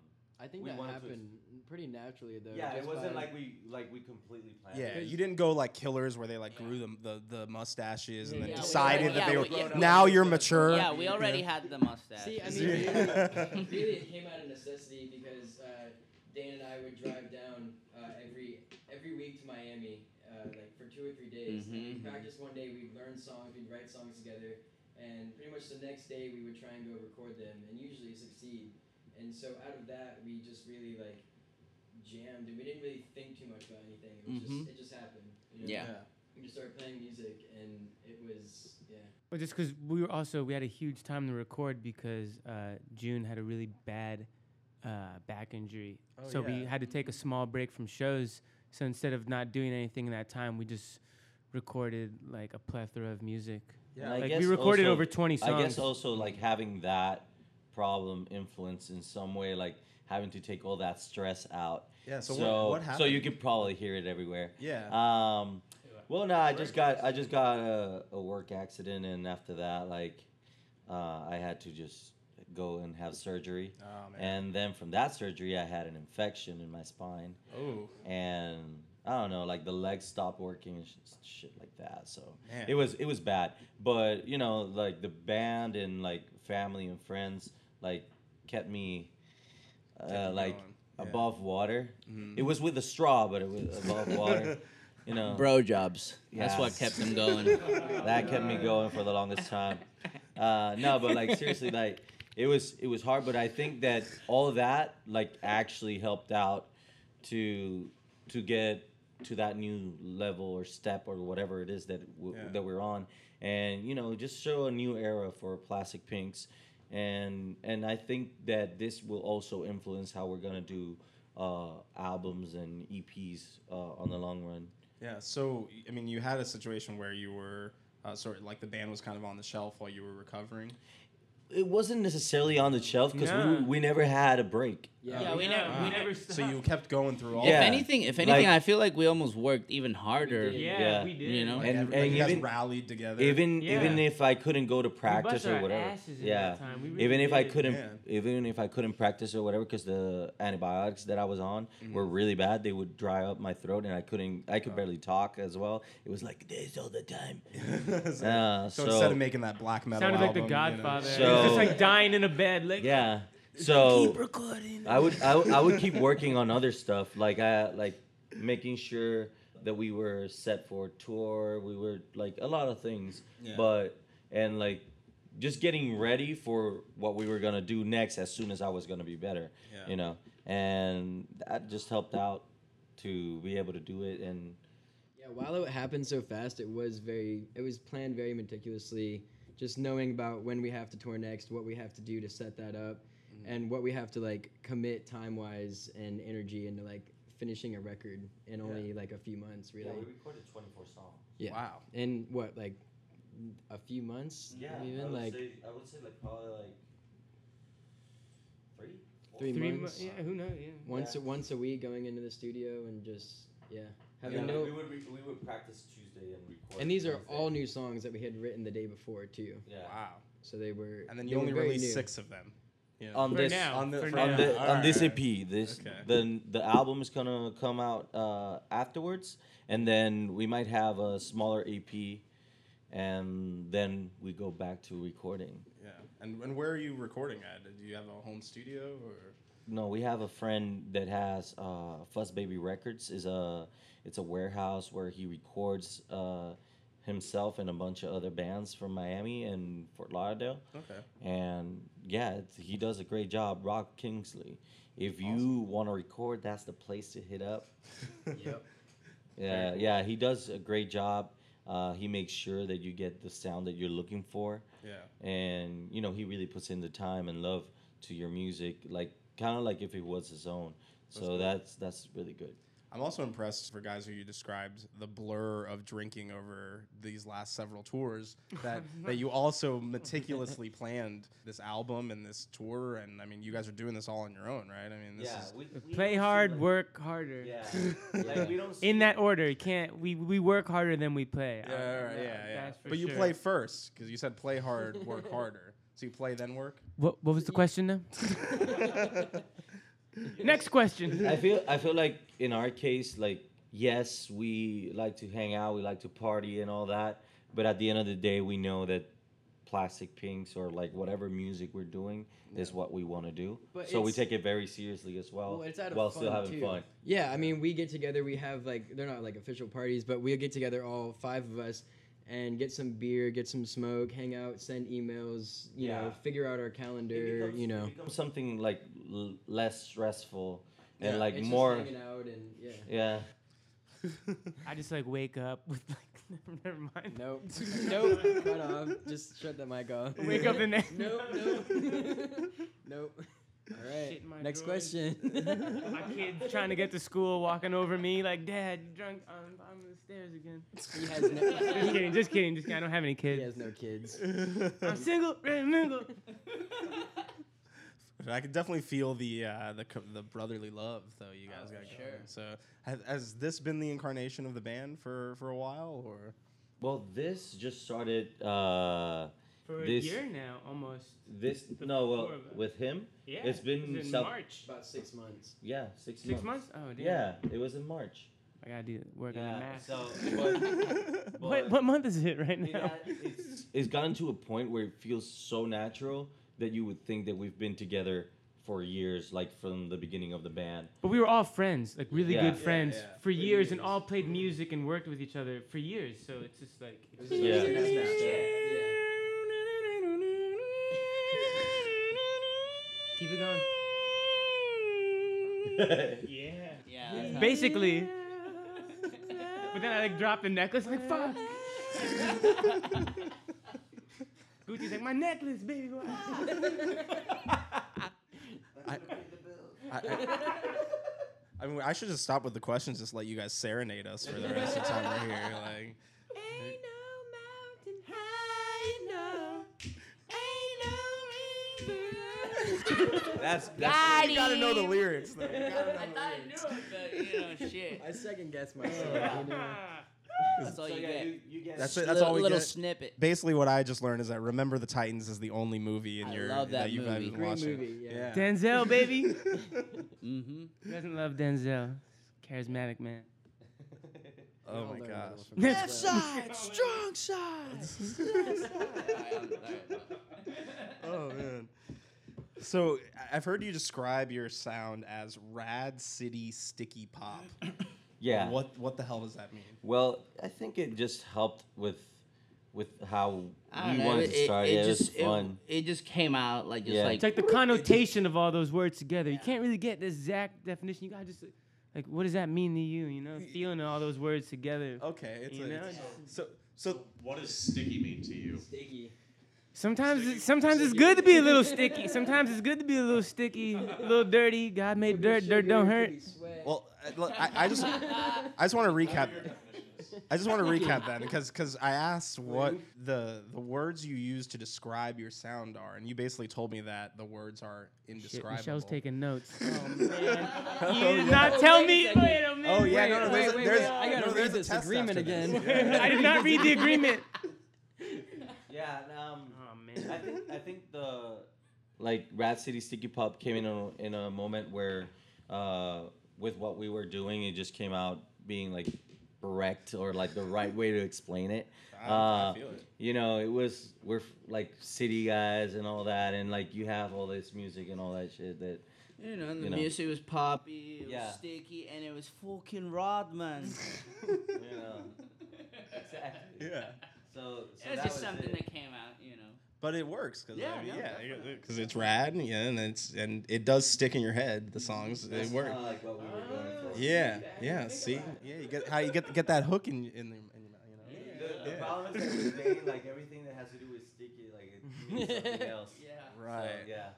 Speaker 6: I think
Speaker 3: We
Speaker 6: that
Speaker 3: wanted to ex-
Speaker 6: happened pretty naturally though.
Speaker 3: yeah, it
Speaker 6: just
Speaker 3: wasn't
Speaker 6: by-
Speaker 3: like we like we completely planned.
Speaker 1: Yeah,
Speaker 3: it.
Speaker 1: you didn't go like killers where they like grew the the, the mustaches and
Speaker 6: Yeah,
Speaker 1: then
Speaker 6: yeah, we
Speaker 1: decided
Speaker 6: already-
Speaker 1: that they
Speaker 6: yeah,
Speaker 1: were.
Speaker 6: we- yeah,
Speaker 1: now
Speaker 6: we-
Speaker 1: you're mature.
Speaker 4: Yeah, we already had the mustache.
Speaker 6: See, I mean, really,
Speaker 1: Yeah.
Speaker 6: really, it came out of necessity because uh, Dan and I would drive down uh, every every week to Miami, uh, like for two or three days.
Speaker 4: Mhm.
Speaker 6: And we practice one day, we'd learn songs, we'd write songs together, and pretty much the next day we would try and go record them, and usually succeed. And so out of that, we just really like jammed, and we didn't really think too much about anything. It was
Speaker 4: Mhm.
Speaker 6: just it just happened. You know?
Speaker 4: Yeah.
Speaker 6: We just started playing music, and it was yeah.
Speaker 5: Well, just because we were also we had a huge time to record because uh, June had a really bad uh, back injury,
Speaker 1: Oh,
Speaker 5: so we
Speaker 1: yeah.
Speaker 5: had to take a small break from shows. So instead of not doing anything in that time, we just recorded like a plethora of music.
Speaker 3: And I
Speaker 5: like
Speaker 3: guess
Speaker 5: we recorded
Speaker 3: also-
Speaker 5: over twenty songs.
Speaker 3: I guess also like having that problem influence in some way, like having to take all that stress out.
Speaker 1: Yeah, so
Speaker 3: So
Speaker 1: what- what
Speaker 3: So
Speaker 1: happened?
Speaker 3: you could probably hear it everywhere.
Speaker 1: Yeah.
Speaker 3: Um, well, no, I just got I just got a, a work accident, and after that, like, uh, I had to just go and have surgery.
Speaker 1: Oh, man.
Speaker 3: And then from that surgery, I had an infection in my spine,
Speaker 1: oh,
Speaker 3: and I don't know, like the legs stopped working and sh- shit like that. So
Speaker 1: Man.
Speaker 3: it was it was bad. But you know, like the band and like family and friends, like kept me, uh,
Speaker 1: you
Speaker 3: like
Speaker 1: going, yeah. Mm-hmm.
Speaker 3: above water. It was with a straw, but it was above water. You know,
Speaker 4: Bro jobs. That's
Speaker 3: Yeah.
Speaker 4: what kept them going.
Speaker 3: that kept me going for the longest time. Uh, no, but like seriously, like it was it was hard, but I think that all that like actually helped out to to get to that new level or step or whatever it is that w-
Speaker 1: Yeah.
Speaker 3: that we're on, and you know just show a new era for Plastic Pinks, and and I think that this will also influence how we're gonna do uh, albums and EPs uh, on the long run.
Speaker 1: yeah. So I mean, you had a situation where you were uh, sort of like the band was kind of on the shelf while you were recovering.
Speaker 3: It wasn't necessarily on the shelf because
Speaker 5: Nah.
Speaker 3: we, we never had a break.
Speaker 4: Yeah, we never- we never
Speaker 1: So you kept going through all.
Speaker 3: Yeah.
Speaker 1: that.
Speaker 4: If anything, if anything,
Speaker 3: Like-
Speaker 4: I feel like we almost worked even harder.
Speaker 6: did.
Speaker 5: yeah,
Speaker 3: Yeah.
Speaker 5: we did.
Speaker 4: You know?
Speaker 1: Like,
Speaker 3: And-
Speaker 1: every-
Speaker 3: and
Speaker 1: like you guys
Speaker 3: even-
Speaker 1: rallied together.
Speaker 3: Even
Speaker 5: Yeah.
Speaker 3: even if I couldn't go to practice
Speaker 5: our
Speaker 3: or whatever.
Speaker 5: asses in
Speaker 3: yeah.
Speaker 5: that time. We really
Speaker 3: even if I
Speaker 5: did.
Speaker 3: couldn't
Speaker 1: Man.
Speaker 3: even if I couldn't practice or whatever because the antibiotics that I was on
Speaker 5: Mm-hmm.
Speaker 3: were really bad. They would dry up my throat and I couldn't I
Speaker 5: Oh.
Speaker 3: could barely talk as well. It was like this all the time.
Speaker 1: so, so
Speaker 3: Uh, so-
Speaker 1: instead of making that black metal
Speaker 5: sounded like
Speaker 1: album,
Speaker 5: the Godfather.
Speaker 1: You know,
Speaker 5: It was just
Speaker 3: So-
Speaker 5: like dying in a bed, like
Speaker 3: Yeah. So
Speaker 5: recording.
Speaker 3: I would I, would- I would keep working on other stuff like I like making sure that we were set for tour. We were like a lot of things,
Speaker 1: Yeah.
Speaker 3: but and like just getting ready for what we were gonna do next as soon as I was gonna be better.
Speaker 1: Yeah.
Speaker 3: You know, and that just helped out to be able to do it and
Speaker 6: Yeah, while it happened so fast, it was very it was planned very meticulously. Just knowing about when we have to tour next, what we have to do to set that up,
Speaker 1: Mm-hmm.
Speaker 6: and what we have to like commit time wise and energy into like finishing a record in only like a few months, really.
Speaker 3: recorded twenty four songs.
Speaker 6: Yeah.
Speaker 1: Wow.
Speaker 6: In what like a few months? even like
Speaker 3: I would say like probably like three.
Speaker 6: three,
Speaker 5: Three mo-
Speaker 6: months.
Speaker 5: yeah, who knows? Yeah.
Speaker 6: Once
Speaker 3: Yeah.
Speaker 6: once a week, going into the studio and just yeah having
Speaker 3: Yeah,
Speaker 6: no.
Speaker 3: like we would re- we would practice Tuesday and record.
Speaker 6: and these are
Speaker 3: Wednesday.
Speaker 6: all new songs that we had written the day before too,
Speaker 3: Yeah.
Speaker 1: Wow.
Speaker 6: so they were.
Speaker 1: And then
Speaker 6: they
Speaker 1: you
Speaker 6: were
Speaker 1: only
Speaker 6: very
Speaker 1: released
Speaker 6: new.
Speaker 1: six of them. Yeah.
Speaker 3: On
Speaker 5: For
Speaker 3: this
Speaker 5: now,
Speaker 1: on the-
Speaker 5: for
Speaker 1: on
Speaker 5: now.
Speaker 3: on, the,
Speaker 1: Yeah,
Speaker 3: on this
Speaker 1: alright.
Speaker 3: EP, this
Speaker 1: Okay.
Speaker 3: the the album is gonna come out uh, afterwards, and then we might have a smaller EP, and then we go back to recording.
Speaker 1: Yeah. And and where are you recording at? Do you have a home studio or?
Speaker 3: No, we have a friend that has uh, Fuzz Baby Records. is a It's a warehouse where he records uh, himself and a bunch of other bands from Miami and Fort Lauderdale.
Speaker 1: Okay.
Speaker 3: And yeah, it's, he does a great job. Rock Kingsley. If you want to record, that's the place to hit up.
Speaker 6: Yep.
Speaker 3: Yeah, yeah, he does a great job. Uh, he makes sure that you get the sound that you're looking for
Speaker 1: yeah.
Speaker 3: and you know he really puts in the time and love to your music like kind of like if it was his own so
Speaker 1: cool.
Speaker 3: that's that's really good
Speaker 1: I'm also impressed for guys who you described the blur of drinking over these last several tours that, that you also meticulously planned this album and this tour and I mean you guys are doing this all on your own right I mean this
Speaker 3: we,
Speaker 5: Play hard, work harder.
Speaker 1: is
Speaker 3: like we don't
Speaker 5: In that order, you can't we we work harder than we play. I-
Speaker 1: yeah, all right, yeah,
Speaker 5: that-
Speaker 1: yeah.
Speaker 5: that's for
Speaker 1: but you
Speaker 5: sure.
Speaker 1: play first because you said play hard work harder so you play then work
Speaker 5: What what was the question now? Next question.
Speaker 3: I feel I feel like in our case, like yes, we like to hang out, we like to party and all that, but at the end of the day, we know that plastic pinks or like whatever music we're doing is what we want to do.
Speaker 6: But
Speaker 3: so we
Speaker 6: it's-
Speaker 3: take it very seriously as well,
Speaker 6: Well, it's out of
Speaker 3: while
Speaker 6: fun
Speaker 3: still having
Speaker 6: too.
Speaker 3: fun.
Speaker 6: Yeah, I mean, we get together. We have like they're not like official parties, but we'll get together all five of us and get some beer, get some smoke, hang out, send emails, you know,
Speaker 3: Yeah.
Speaker 6: figure out our calendar, you know,
Speaker 3: it becomes something like l- less stressful and
Speaker 1: Yeah,
Speaker 3: like
Speaker 6: It's just
Speaker 3: more.
Speaker 6: hanging out and yeah.
Speaker 3: Yeah,
Speaker 5: I just like wake up with like never mind.
Speaker 6: Nope. nope. Cut off. Just shut that mic off.
Speaker 5: Wake up the next.
Speaker 6: Nope. Nope. nope. All right.
Speaker 5: Shit in my
Speaker 6: Next
Speaker 5: drawers.
Speaker 6: question.
Speaker 5: My kid trying to get to school, walking over me like, Dad, you drunk. I'm, I'm on the stairs again.
Speaker 6: he has no.
Speaker 5: Just kidding, just kidding, just kidding. I don't have any
Speaker 6: He
Speaker 5: kids.
Speaker 6: has no kids.
Speaker 5: I'm single, ready to mingle.
Speaker 1: But I could definitely feel the uh, the co- the brotherly love though you guys
Speaker 4: for
Speaker 1: got going.
Speaker 4: sure.
Speaker 1: So has, has this been the incarnation of the band for for a while or
Speaker 3: well, this just started. uh
Speaker 5: For
Speaker 3: This-
Speaker 5: a year now, almost.
Speaker 3: This
Speaker 5: The
Speaker 3: no, well,
Speaker 5: four of us.
Speaker 3: with him,
Speaker 5: Yeah,
Speaker 3: It's been
Speaker 5: it was in
Speaker 3: South-
Speaker 5: March.
Speaker 6: About six months.
Speaker 3: yeah, six,
Speaker 5: Six months? Oh, damn.
Speaker 3: Yeah, it was in March.
Speaker 5: I gotta do work on the math.
Speaker 3: but,
Speaker 5: what, what month is it right
Speaker 3: it
Speaker 5: now?
Speaker 3: had- it's, it's gotten to a point where it feels so natural that you would think that we've been together for years, like from the beginning of the band.
Speaker 5: But we were all friends, like really
Speaker 3: Yeah.
Speaker 5: good
Speaker 3: Yeah,
Speaker 5: friends
Speaker 1: yeah.
Speaker 5: for years, and
Speaker 6: years.
Speaker 5: all played music and worked with each other for years. So it's just like. It's
Speaker 3: Yeah.
Speaker 6: Yeah. yeah.
Speaker 5: Keep it going. Yeah.
Speaker 4: Yeah. that's how-
Speaker 5: Basically. But then I like drop the necklace, like fuck. Gucci's like my necklace, baby. boy."
Speaker 1: I, I, I mean I should just stop with the questions just let you guys serenade us for the rest of the time we're here like
Speaker 3: that's
Speaker 1: you gotta know the lyrics though. You gotta know
Speaker 4: I
Speaker 1: the
Speaker 4: thought I knew
Speaker 1: lyrics.
Speaker 4: it, but you know, Oh, shit.
Speaker 6: I second guess myself. you know.
Speaker 4: That's all you get.
Speaker 1: That's it. That's all we
Speaker 4: little
Speaker 1: get.
Speaker 4: snippet.
Speaker 1: Basically, what I just learned is that Remember the Titans is the only movie in
Speaker 4: I
Speaker 1: your
Speaker 4: love that
Speaker 1: you guys
Speaker 4: movie. Great
Speaker 1: watched.
Speaker 6: movie, yeah.
Speaker 5: Denzel, baby.
Speaker 4: Mm-hmm.
Speaker 5: Who doesn't love Denzel? Charismatic man.
Speaker 1: Oh my
Speaker 6: I'll learn
Speaker 1: gosh.
Speaker 6: a little
Speaker 5: Left
Speaker 6: from
Speaker 5: side, strong
Speaker 1: Oh man. So I- I've heard you describe your sound as rad city sticky pop.
Speaker 3: Yeah.
Speaker 1: What what the hell does that mean?
Speaker 3: Well, I think it just helped with with how
Speaker 4: I
Speaker 3: we
Speaker 4: don't know.
Speaker 3: wanted
Speaker 4: It,
Speaker 3: to
Speaker 4: it-
Speaker 3: start.
Speaker 4: it
Speaker 3: It, it
Speaker 4: just
Speaker 3: was fun.
Speaker 4: It, it just came out like just
Speaker 3: Yeah.
Speaker 4: like
Speaker 5: It's like the connotation of all those words together. You can't really get the exact definition. You gotta just like, what does that mean to you? You know, feeling all those words together.
Speaker 1: Okay, it's
Speaker 5: You
Speaker 1: a,
Speaker 5: know,
Speaker 1: it's-
Speaker 5: just-
Speaker 1: so so
Speaker 2: What does sticky mean to you?
Speaker 6: Sticky.
Speaker 5: Sometimes, it, sometimes it's good to be a little sticky. Sometimes it's good to be a little sticky, a little dirty. God made
Speaker 6: Could be
Speaker 5: dirt. Dirt
Speaker 6: sugar,
Speaker 5: don't
Speaker 6: could
Speaker 5: hurt.
Speaker 6: be sweat.
Speaker 1: well, I- look, I, I just I just want to recap. I just want to recap that because because I asked what the the words you use to describe your sound are, and you basically told me that the words are
Speaker 5: Shit,
Speaker 1: indescribable.
Speaker 5: Michelle's taking notes.
Speaker 1: Oh,
Speaker 5: You did
Speaker 1: yeah.
Speaker 5: not
Speaker 6: Oh,
Speaker 5: tell
Speaker 6: wait a
Speaker 5: me.
Speaker 6: second.
Speaker 5: Wait a minute.
Speaker 1: Oh yeah,
Speaker 5: wait.
Speaker 1: no, no, there's, a-
Speaker 6: wait,
Speaker 1: there's,
Speaker 6: wait, I gotta
Speaker 1: no,
Speaker 6: read
Speaker 1: there's
Speaker 6: this
Speaker 1: a test
Speaker 6: agreement
Speaker 1: after this.
Speaker 6: again.
Speaker 1: Yeah.
Speaker 5: I did not read the agreement.
Speaker 3: Yeah. Um,
Speaker 5: Oh
Speaker 3: I
Speaker 5: man.
Speaker 3: think I think the like Rat City Sticky Pop came in a, in a moment where uh, with what we were doing, it just came out being like correct or like the right way to explain it.
Speaker 1: I- I
Speaker 3: Uh,
Speaker 1: feel it.
Speaker 3: You know, it was we're f- like city guys and all that, and like you have all this music and all that shit that
Speaker 4: you know, and the
Speaker 3: you know.
Speaker 4: music was poppy, it
Speaker 3: Yeah.
Speaker 4: was sticky, and it was fucking Rodman.
Speaker 3: you know exactly.
Speaker 1: yeah,
Speaker 3: So, so
Speaker 4: it was
Speaker 3: that
Speaker 4: just
Speaker 3: was
Speaker 4: something
Speaker 3: it.
Speaker 4: that came out, you know.
Speaker 1: but it works because
Speaker 4: Yeah,
Speaker 1: I mean,
Speaker 4: no,
Speaker 1: yeah,
Speaker 4: definitely.
Speaker 1: because it's rad, and, yeah, and it's and it does stick in your head. The songs
Speaker 3: That's
Speaker 1: they work.
Speaker 3: kinda like what we were
Speaker 1: Oh.
Speaker 3: going for.
Speaker 1: Yeah,
Speaker 4: I didn't
Speaker 1: yeah.
Speaker 4: think
Speaker 1: See,
Speaker 4: about it.
Speaker 1: yeah, you get how you get get that hook in in, the, in your mouth, you know.
Speaker 3: The, the
Speaker 1: Yeah.
Speaker 3: problem is that today, like everything that has to do with sticky, like it means something else.
Speaker 4: Yeah.
Speaker 1: Right.
Speaker 3: So, yeah.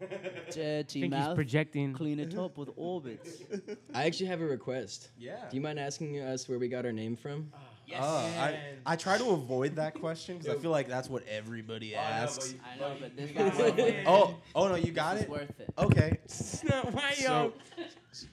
Speaker 5: I
Speaker 4: Dirty
Speaker 5: think he's
Speaker 4: mouth.
Speaker 5: projecting.
Speaker 4: Clean it up with orbits.
Speaker 7: I actually have a request.
Speaker 1: Yeah.
Speaker 7: Do you mind asking us where we got our name from?
Speaker 4: yes.
Speaker 1: Oh, I, I try to avoid that question because I feel like that's what everybody asks.
Speaker 4: Oh, I know, but this,
Speaker 3: got
Speaker 4: one-
Speaker 3: it.
Speaker 4: this
Speaker 1: Oh, oh no, you got
Speaker 4: is
Speaker 1: it.
Speaker 4: worth it.
Speaker 1: Okay.
Speaker 5: It's not why y'all.
Speaker 1: So, so,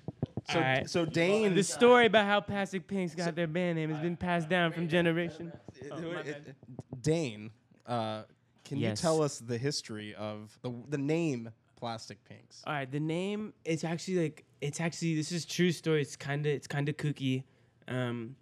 Speaker 5: Alright.
Speaker 1: so Dane.
Speaker 5: The story about how Pastic Pinks got their band name has been passed down from generation.
Speaker 1: Oh,
Speaker 5: my bad.
Speaker 1: Dane, uh, can
Speaker 5: Yes.
Speaker 1: you tell us the history of the the name Plastic Pinks?
Speaker 5: All right, the name it's actually like it's actually this is true story. It's kind of it's kind of kooky. Um,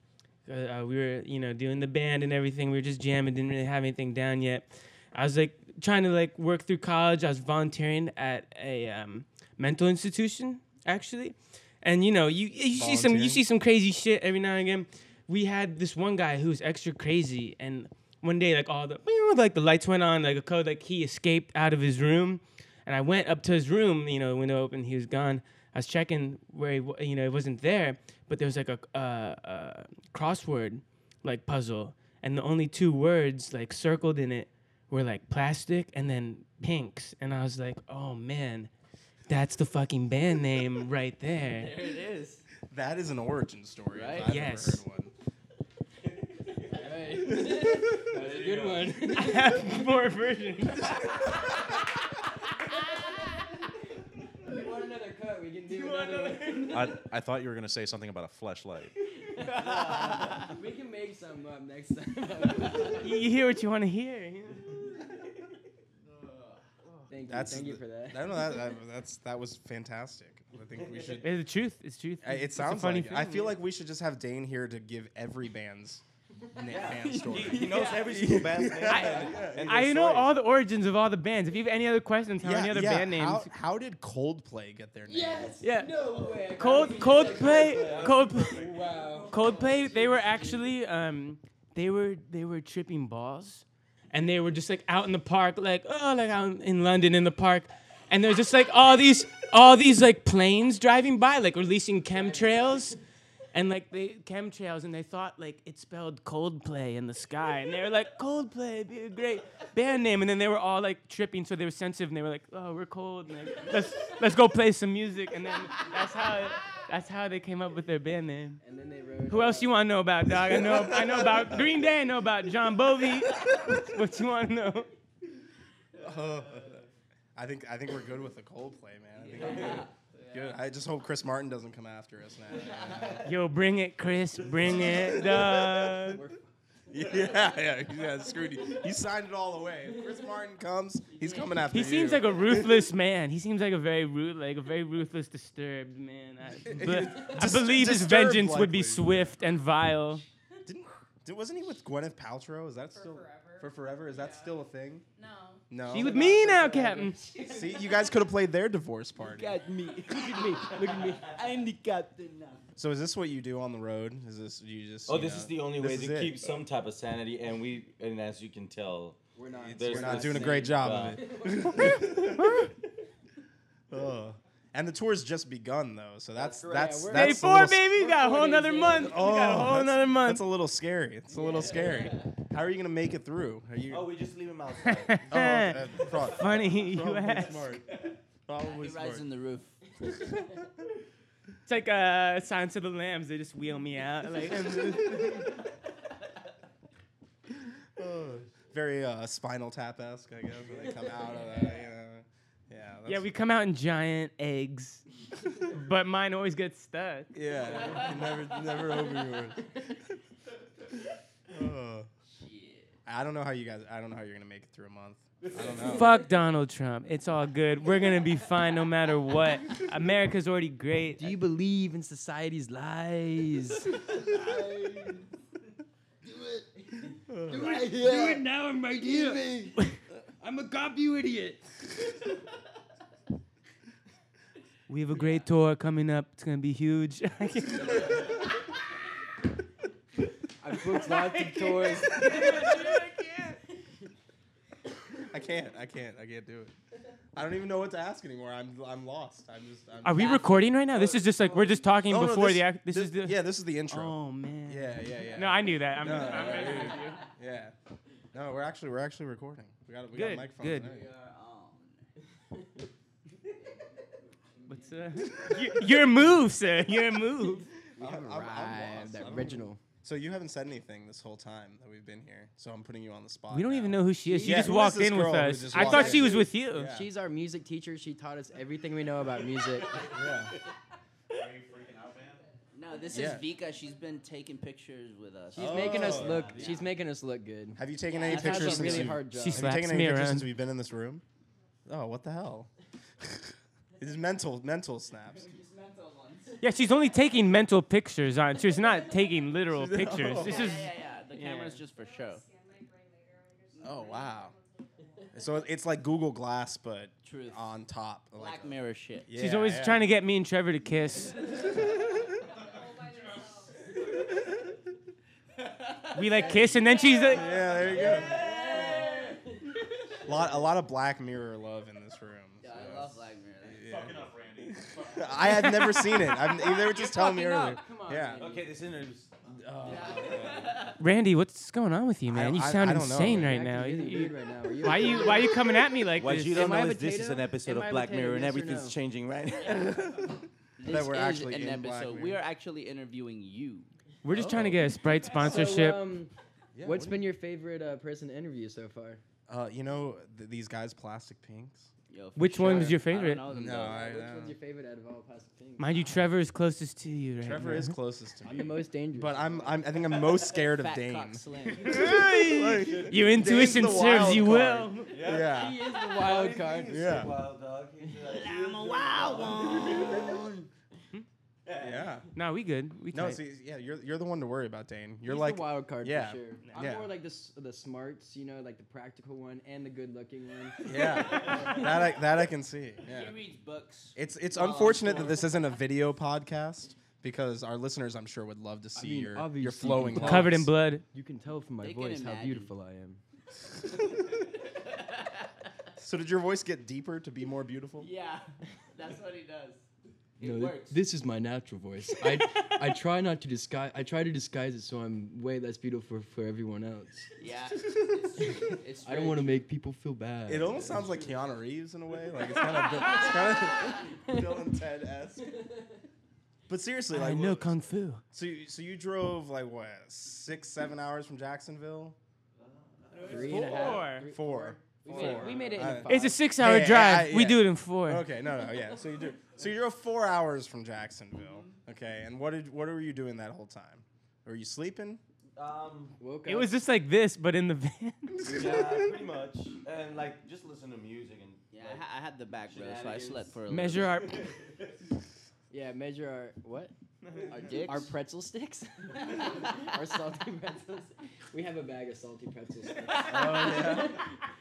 Speaker 5: uh, uh, we were you know doing the band and everything. We were just jamming, didn't really have anything down yet. I was like trying to like work through college. I was volunteering at a um, mental institution actually, and you know you you see some you
Speaker 1: Volunteering?
Speaker 5: see some crazy shit every now and again. We had this one guy who was extra crazy, and one day like all the like the lights went on like a code like he escaped out of his room. And I went up to his room, you know, window open, he was gone. I was checking where he, wa- you know, he wasn't there, but there was like a uh, uh, crossword like puzzle, and the only two words like circled in it were like plastic and then pinks, and I was like, oh man, that's the fucking band name right there.
Speaker 4: There it is.
Speaker 1: That is an origin story. if
Speaker 4: Right?
Speaker 1: I've ever
Speaker 5: Yes.
Speaker 1: heard one.
Speaker 7: Good one.
Speaker 5: I have more versions.
Speaker 6: If you want another cut? We can do, another.
Speaker 5: All
Speaker 2: I, I thought you were gonna say something about a fleshlight.
Speaker 6: one. we can make some up next time.
Speaker 5: You you hear what you want to hear. you know?
Speaker 6: Thank you.
Speaker 1: That's
Speaker 6: Thank you
Speaker 1: the-
Speaker 6: for that.
Speaker 1: I don't know. That, that- that's that was fantastic. I think we should.
Speaker 5: It's the truth. It's truth.
Speaker 1: I- It
Speaker 5: It's a
Speaker 1: sounds
Speaker 5: funny
Speaker 1: like it. I
Speaker 5: thing,
Speaker 1: feel
Speaker 5: yeah.
Speaker 1: like we should just have Dane here to give every band's na- band story.
Speaker 7: He knows every single band's name.
Speaker 5: I- I know all the origins of all the bands. If you have any other questions, how any other band names?
Speaker 1: How, how did Coldplay get their name?
Speaker 6: Yes.
Speaker 5: Yeah.
Speaker 6: No way. I can't
Speaker 5: Cold
Speaker 6: believe you
Speaker 5: Coldplay
Speaker 6: said
Speaker 5: Coldplay
Speaker 6: Wow.
Speaker 5: Coldplay they were actually um they were they were tripping balls and they were just like out in the park like oh like out in London in the park and there's just like all these all these like planes driving by like releasing chemtrails and like they chemtrails and they thought like it spelled Coldplay in the sky and they were like Coldplay be a great band name and then they were all like tripping so they were sensitive and they were like oh we're cold and like, let's let's go play some music and then that's how it, that's how they came up with their band name.
Speaker 6: And then they wrote.
Speaker 5: Who else
Speaker 6: uh,
Speaker 5: you want to know about, dog? I know I know about Green Day. I know about John Bovey. what you want to know?
Speaker 1: Uh, I think I think we're good with the Coldplay, man. I think we're good. Good. I just hope Chris Martin doesn't come after us now.
Speaker 5: Yo, bring it, Chris. Bring it, dog.
Speaker 1: yeah, yeah, yeah, yeah. Screwed you. You signed it all away. If Chris Martin comes, he's coming after
Speaker 5: He
Speaker 1: you.
Speaker 5: seems like a ruthless man. He seems like a very rude, like a very ruthless, disturbed man. I, but I
Speaker 1: Dis-
Speaker 5: believe his
Speaker 1: disturbed
Speaker 5: vengeance would
Speaker 1: likely.
Speaker 5: be swift and vile.
Speaker 1: Didn't, did, wasn't he with Gwyneth Paltrow? Is that still
Speaker 8: forever.
Speaker 1: for forever? Is that still a thing?
Speaker 8: No,
Speaker 1: No.
Speaker 5: She with me now, Captain.
Speaker 1: See, you guys could have played their divorce party.
Speaker 4: at me. Look at me. Look at me. I'm the captain now.
Speaker 1: So is this what you do on the road? Is this you just?
Speaker 3: Oh,
Speaker 1: you
Speaker 3: this
Speaker 1: know,
Speaker 3: is the only
Speaker 1: this
Speaker 3: way
Speaker 1: is
Speaker 3: to
Speaker 1: it.
Speaker 3: keep some type of sanity, and we, and as you can tell,
Speaker 6: We're not.
Speaker 3: There's
Speaker 1: We're
Speaker 3: the
Speaker 1: not doing a
Speaker 3: same
Speaker 1: great job
Speaker 5: uh,
Speaker 3: guy.
Speaker 1: of it. Ugh. And the tour's just begun though, so that's
Speaker 6: correct.
Speaker 1: that's
Speaker 6: Yeah, we're-
Speaker 5: Day
Speaker 1: that's a
Speaker 5: four,
Speaker 1: little- Oh,
Speaker 5: baby. We got a whole nother month. we got a whole
Speaker 1: that's-
Speaker 5: nother month.
Speaker 1: That's a little scary. It's a little scary. How are you gonna make it through? Are you?
Speaker 7: Oh, we just leave him outside.
Speaker 1: Oh, uh, pro-
Speaker 5: Funny you
Speaker 1: probably
Speaker 5: ask.
Speaker 1: smart. Probably
Speaker 4: He rides
Speaker 1: smart.
Speaker 4: in the roof.
Speaker 5: It's like uh, Silence of the Lambs. They just wheel me out. Like,
Speaker 1: Ugh. Very uh, Spinal Tap esque, I guess. When they come out of that, you know. Yeah. That's,
Speaker 5: yeah, we come out in giant eggs, but mine always gets stuck.
Speaker 1: Yeah, never, never over yours. Ugh. I don't know how you guys. I don't know how you're gonna make it through a month. I don't know.
Speaker 5: Fuck Donald Trump. It's all good. We're gonna be fine no matter what. America's already great.
Speaker 7: Do you believe in society's lies?
Speaker 8: Do it now I'm right here. I'm a cop, you idiot.
Speaker 5: We have a great tour coming up. It's gonna be huge.
Speaker 8: I booked lots of tours.
Speaker 1: I can't. I can't. I can't do it. I don't even know what to ask anymore. I'm. I'm lost. I'm just. I'm
Speaker 5: Are we recording right now? This is just like we're just talking
Speaker 1: Oh, no,
Speaker 5: before
Speaker 1: this-
Speaker 5: the act. This, is the.
Speaker 1: yeah. This is the intro.
Speaker 5: Oh man.
Speaker 1: Yeah. Yeah. Yeah.
Speaker 5: No, I knew that. I'm,
Speaker 1: No,
Speaker 5: I'm
Speaker 1: yeah,
Speaker 5: messing
Speaker 1: yeah,
Speaker 5: with you.
Speaker 1: yeah. No, we're actually we're actually recording. We got we got
Speaker 5: Good,
Speaker 1: microphones.
Speaker 5: good.
Speaker 1: and everything.
Speaker 5: What's uh, your, your move, sir? Your move.
Speaker 1: We have- I'm- I'm lost. I don't
Speaker 7: Original.
Speaker 1: even- So you haven't said anything this whole time that we've been here. So I'm putting you on the spot.
Speaker 5: We don't even
Speaker 1: now.
Speaker 5: know who she is. She
Speaker 1: Yeah,
Speaker 5: just
Speaker 1: who is
Speaker 5: walked
Speaker 1: this
Speaker 5: in with
Speaker 1: girl who
Speaker 5: us.
Speaker 1: just
Speaker 5: I
Speaker 1: walked
Speaker 5: thought
Speaker 1: in?
Speaker 5: she was with you.
Speaker 1: Yeah.
Speaker 7: She's our music teacher. She taught us everything we know about music.
Speaker 1: Yeah.
Speaker 2: Are you freaking out, man?
Speaker 4: No, this
Speaker 1: Yeah.
Speaker 4: is Vika. She's been taking pictures with us.
Speaker 7: She's making us
Speaker 1: Oh.
Speaker 7: look. She's making us look good.
Speaker 1: Have you taken
Speaker 4: Yeah,
Speaker 1: any
Speaker 4: that's not
Speaker 1: pictures
Speaker 7: That's a
Speaker 1: since
Speaker 7: really
Speaker 1: you?
Speaker 7: hard job.
Speaker 5: She's
Speaker 1: Have you taken
Speaker 5: Slaps
Speaker 1: any
Speaker 5: me
Speaker 1: pictures
Speaker 5: around.
Speaker 1: since we've been in this room? Oh, what the hell? It's mental, mental snaps.
Speaker 5: Yeah, she's only taking mental pictures on. She's not taking literal pictures. This
Speaker 4: yeah,
Speaker 5: is
Speaker 4: yeah, yeah. The camera's just for show.
Speaker 1: Oh wow. So it's like Google Glass, but
Speaker 4: Truth.
Speaker 1: on top. like
Speaker 4: Black
Speaker 1: a-
Speaker 4: Mirror shit.
Speaker 1: Yeah,
Speaker 5: she's always
Speaker 1: yeah.
Speaker 5: trying to get me and Trevor to kiss. We like kiss and then she's like
Speaker 1: Yeah, there you go. A lot, a lot of Black Mirror love in this room.
Speaker 4: Yeah,
Speaker 1: so-
Speaker 4: I love Black Mirror.
Speaker 2: Fucking up, Randy.
Speaker 1: I had never seen it. I'm, they were just telling me
Speaker 5: fucking up.
Speaker 1: earlier.
Speaker 5: Come on,
Speaker 1: yeah.
Speaker 7: Okay, this interview's.
Speaker 5: Randy, what's going on with you, man? You
Speaker 1: I-
Speaker 5: sound
Speaker 1: I don't know,
Speaker 5: insane
Speaker 1: man.
Speaker 5: right now. You- you-
Speaker 7: right now. Are
Speaker 5: why you why you coming at me like
Speaker 8: What
Speaker 5: this?
Speaker 8: you don't
Speaker 7: Am I
Speaker 8: know
Speaker 7: a
Speaker 8: is this is
Speaker 7: potato?
Speaker 8: an episode
Speaker 7: Am I
Speaker 8: of
Speaker 7: a
Speaker 8: Black
Speaker 7: potato,
Speaker 8: Mirror and
Speaker 7: yes or
Speaker 8: everything's
Speaker 7: no?
Speaker 8: changing right
Speaker 4: This
Speaker 1: we're
Speaker 4: is
Speaker 1: actually
Speaker 4: an
Speaker 1: in
Speaker 4: episode.
Speaker 1: Black
Speaker 4: We
Speaker 1: Mirror.
Speaker 4: are actually interviewing you.
Speaker 5: We're just
Speaker 1: Oh.
Speaker 5: trying to get a Sprite sponsorship.
Speaker 1: Yeah,
Speaker 7: um, what's
Speaker 1: what
Speaker 7: been your favorite uh, person interview so far?
Speaker 1: do you- uh, you know th- these guys, Plastic Pinks.
Speaker 4: Yo, for
Speaker 5: Which
Speaker 4: sure.
Speaker 5: one was your
Speaker 4: I don't
Speaker 5: favorite?
Speaker 4: know them,
Speaker 1: No,
Speaker 4: though.
Speaker 1: I
Speaker 7: Which
Speaker 1: know.
Speaker 7: one's your favorite out of all past things?
Speaker 5: Mind you, Trevor is closest to you right
Speaker 1: Trevor
Speaker 5: now.
Speaker 1: is closest to
Speaker 7: I'm the
Speaker 1: me,
Speaker 7: most dangerous.
Speaker 1: but I'm, I'm I think I'm most scared of
Speaker 4: Fat
Speaker 1: Dane.
Speaker 4: cock slim.
Speaker 1: Like,
Speaker 5: Your intuition
Speaker 1: the
Speaker 5: serves
Speaker 1: wild
Speaker 5: you
Speaker 1: card.
Speaker 5: well.
Speaker 1: yeah,
Speaker 7: is the wild card.
Speaker 1: yeah,
Speaker 8: now.
Speaker 4: I'm a wild one.
Speaker 1: yeah.
Speaker 5: No, we good. We
Speaker 1: No,
Speaker 5: tight.
Speaker 1: see, yeah, you're you're the one to worry about, Dane. You're
Speaker 7: He's
Speaker 1: like
Speaker 7: the wild card
Speaker 1: yeah,
Speaker 7: for sure. I'm
Speaker 1: yeah.
Speaker 7: more like the s- the smarts, you know, like the practical one and the good looking one.
Speaker 1: yeah, that I, that I can see. Yeah.
Speaker 4: He reads books.
Speaker 1: It's it's
Speaker 4: Well, I'm
Speaker 1: unfortunate that
Speaker 4: sure.
Speaker 1: this isn't a video podcast because our listeners, I'm sure, would love to see
Speaker 7: mean,
Speaker 1: your your
Speaker 7: obviously,
Speaker 1: flowing
Speaker 7: you can-
Speaker 5: Covered in
Speaker 1: locks.
Speaker 5: blood.
Speaker 7: You can tell from my
Speaker 4: They can
Speaker 7: voice how
Speaker 4: imagine.
Speaker 7: beautiful I am.
Speaker 1: So did your voice get deeper to be more beautiful?
Speaker 4: yeah, that's what he does. It
Speaker 7: no, th-
Speaker 4: works.
Speaker 7: this is my natural voice. I I try not to disguise. I try to disguise it so I'm way less beautiful for everyone else.
Speaker 4: yeah, it's, true. it's
Speaker 7: I don't want to make people feel bad.
Speaker 1: It almost sounds like Keanu Reeves in a way. Like it's kind of it's kind of Bill and Ted esque. But seriously, like
Speaker 5: I know
Speaker 1: what-
Speaker 5: kung fu.
Speaker 1: so you, so you drove like what six seven hours from Jacksonville?
Speaker 7: Three and a half-
Speaker 5: Four.
Speaker 7: three-
Speaker 1: Four.
Speaker 7: We made, it, we made it in
Speaker 1: Uh,
Speaker 7: five.
Speaker 5: It's a six-hour
Speaker 1: Hey, I-
Speaker 5: drive.
Speaker 1: I-
Speaker 5: We
Speaker 1: yeah.
Speaker 5: do it in four.
Speaker 1: Okay, no, no, yeah. So you do. So you drove four hours from Jacksonville. Okay, and what did what were you doing that whole time? Were you sleeping?
Speaker 8: Um,
Speaker 7: Woke
Speaker 5: It
Speaker 7: up-
Speaker 5: was just like this, but in the van.
Speaker 8: yeah, pretty much. And like, just listen to music and.
Speaker 4: Yeah, I, ha- I had the back row, so I
Speaker 8: Shenanigans.
Speaker 4: slept for a little
Speaker 5: Measure
Speaker 4: bit.
Speaker 5: our.
Speaker 7: yeah. Measure our what?
Speaker 3: Our dicks. Our pretzel sticks. Our salty pretzels.
Speaker 6: We have a bag of salty pretzels.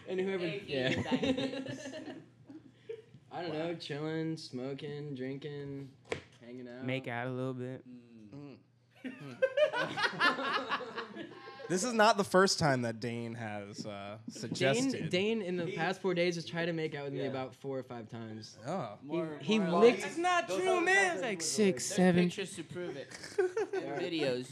Speaker 3: And whoever.
Speaker 6: yeah. I don't
Speaker 3: Wow.
Speaker 6: know, chilling, smoking, drinking, hanging out.
Speaker 5: Make out a little bit.
Speaker 1: This is not the first time that Dane has uh,
Speaker 9: Dane,
Speaker 1: suggested.
Speaker 9: Dane in the past four days has tried to make out with me about four or five times.
Speaker 1: Oh.
Speaker 4: More,
Speaker 9: He
Speaker 4: more
Speaker 9: licked.
Speaker 4: lies.
Speaker 5: That's not true, man. It's like six,
Speaker 4: There's
Speaker 5: seven.
Speaker 4: pictures to prove it. And videos.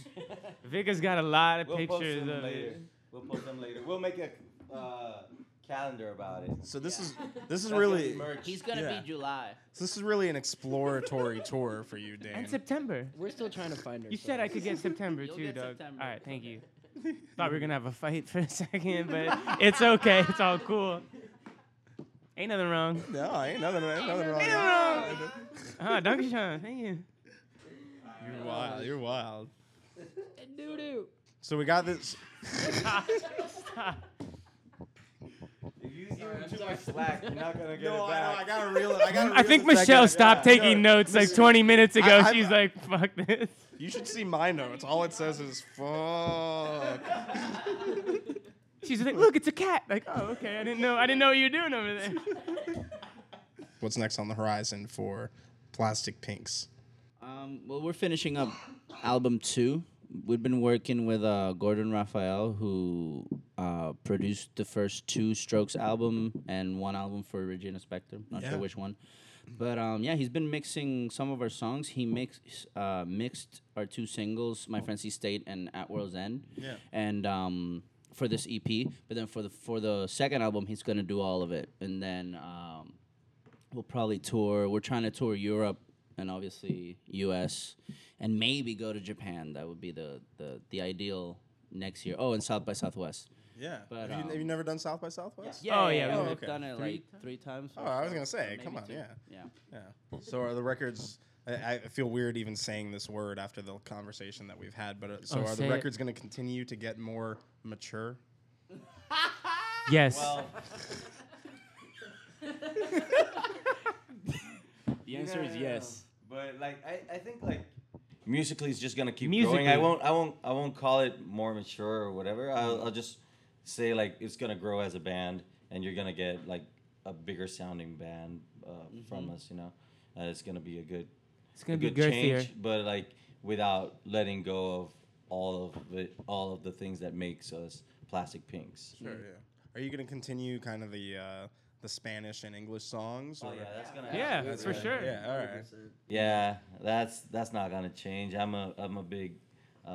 Speaker 5: Vic has got a lot of
Speaker 3: We'll post
Speaker 5: pictures
Speaker 3: them
Speaker 5: of
Speaker 3: later.
Speaker 5: it.
Speaker 3: We'll post them later. We'll make a uh, calendar about it.
Speaker 1: So this is this is
Speaker 3: That's gonna be
Speaker 1: really
Speaker 3: merch.
Speaker 4: He's gonna
Speaker 1: Yeah.
Speaker 4: be July.
Speaker 1: this is really an exploratory tour for you, Dane.
Speaker 5: And September.
Speaker 6: We're still trying to find her.
Speaker 5: You said I could get September
Speaker 4: You'll
Speaker 5: too,
Speaker 4: get
Speaker 5: dog.
Speaker 4: September.
Speaker 5: All right, thank you. Thought we were gonna have a fight for a second, but it's okay. It's all cool. Ain't nothing wrong.
Speaker 1: no, ain't nothing, ain't nothing wrong. with
Speaker 5: Ain't
Speaker 1: that.
Speaker 5: nothing wrong. Ah, Donkey Sean, thank you.
Speaker 1: You're wild. You're wild.
Speaker 3: Doo doo.
Speaker 1: So we got this.
Speaker 3: If you give him too much slack, you're not gonna get it back.
Speaker 1: gotta reel it. I gotta.
Speaker 5: I think Michelle stopped
Speaker 3: Yeah,
Speaker 5: taking notes like 20 minutes ago.
Speaker 1: I-
Speaker 5: She's
Speaker 1: I-
Speaker 5: like, "Fuck this."
Speaker 1: You should see my notes. All it says is fuck.
Speaker 5: She's like, "Look, it's a cat." Like, "Oh, okay. I didn't know. I didn't know what you were doing over there."
Speaker 1: What's next on the horizon for Plastic Pinks?
Speaker 4: Um, well, we're finishing up album two. We've been working with uh, Gordon Raphael, who uh, produced the first two Strokes album and one album for Regina Spektor. Not
Speaker 1: Yeah.
Speaker 4: sure which one, but um, yeah, he's been mixing some of our songs. He mixed uh, mixed our two singles, "My Fancy State" and "At World's End."
Speaker 1: Yeah.
Speaker 4: and um, for this EP. But then for the for the second album, he's gonna do all of it, and then um, we'll probably tour. We're trying to tour Europe and obviously U.S. and maybe go to Japan. That would be the the, the ideal next year. Oh, and South by Southwest.
Speaker 1: Yeah.
Speaker 4: But,
Speaker 1: have, you, have you
Speaker 4: um,
Speaker 1: never done South by Southwest?
Speaker 4: Yeah,
Speaker 5: Oh, yeah,
Speaker 1: we
Speaker 4: we've
Speaker 1: did.
Speaker 4: done it
Speaker 5: Three
Speaker 4: like three times.
Speaker 1: Oh,
Speaker 4: or
Speaker 1: I was
Speaker 4: so,
Speaker 1: gonna say,
Speaker 4: or
Speaker 1: come
Speaker 4: maybe
Speaker 1: on,
Speaker 4: two.
Speaker 1: yeah.
Speaker 4: yeah.
Speaker 1: Yeah. So are the records? I, I feel weird even saying this word after the conversation that we've had, but uh, so
Speaker 5: Oh,
Speaker 1: are
Speaker 5: say
Speaker 1: the
Speaker 5: it.
Speaker 1: records going to continue to get more mature?
Speaker 5: Yes.
Speaker 3: Well, the
Speaker 5: answer is yes.
Speaker 3: But like, I, I think like musically is just gonna keep growing. I
Speaker 5: Musically.
Speaker 3: won't, I won't, I won't call it more mature or whatever. I'll, I'll just say like it's gonna grow as a band, and you're gonna get like a bigger sounding band uh, from us. You know, uh, it's gonna be a good,
Speaker 5: Mm-hmm. it's
Speaker 3: a
Speaker 5: gonna be
Speaker 3: good
Speaker 5: girthier.
Speaker 3: change, but like without letting go of all of the all of the things that makes us plastic pinks.
Speaker 1: Sure. Yeah. Are you going to continue kind of the uh, the Spanish and English songs?
Speaker 3: Oh
Speaker 1: or-
Speaker 3: yeah, that's gonna
Speaker 5: Yeah,
Speaker 3: happen.
Speaker 5: for sure.
Speaker 1: Yeah. All right.
Speaker 3: Yeah, that's that's not gonna change. I'm a I'm a big, uh,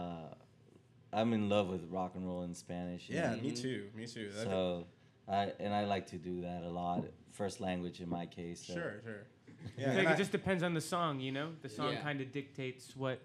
Speaker 3: I'm in love with rock and roll in Spanish. you
Speaker 1: Yeah.
Speaker 3: know?
Speaker 1: Me too. Me too. That'd be-
Speaker 3: So, I and I like to do that a lot. First language in my case. so-
Speaker 1: Sure, sure.
Speaker 5: It's
Speaker 1: Yeah,
Speaker 5: like
Speaker 1: and I-
Speaker 5: it just depends on the song, you know. The song
Speaker 4: Yeah.
Speaker 5: kind of dictates what.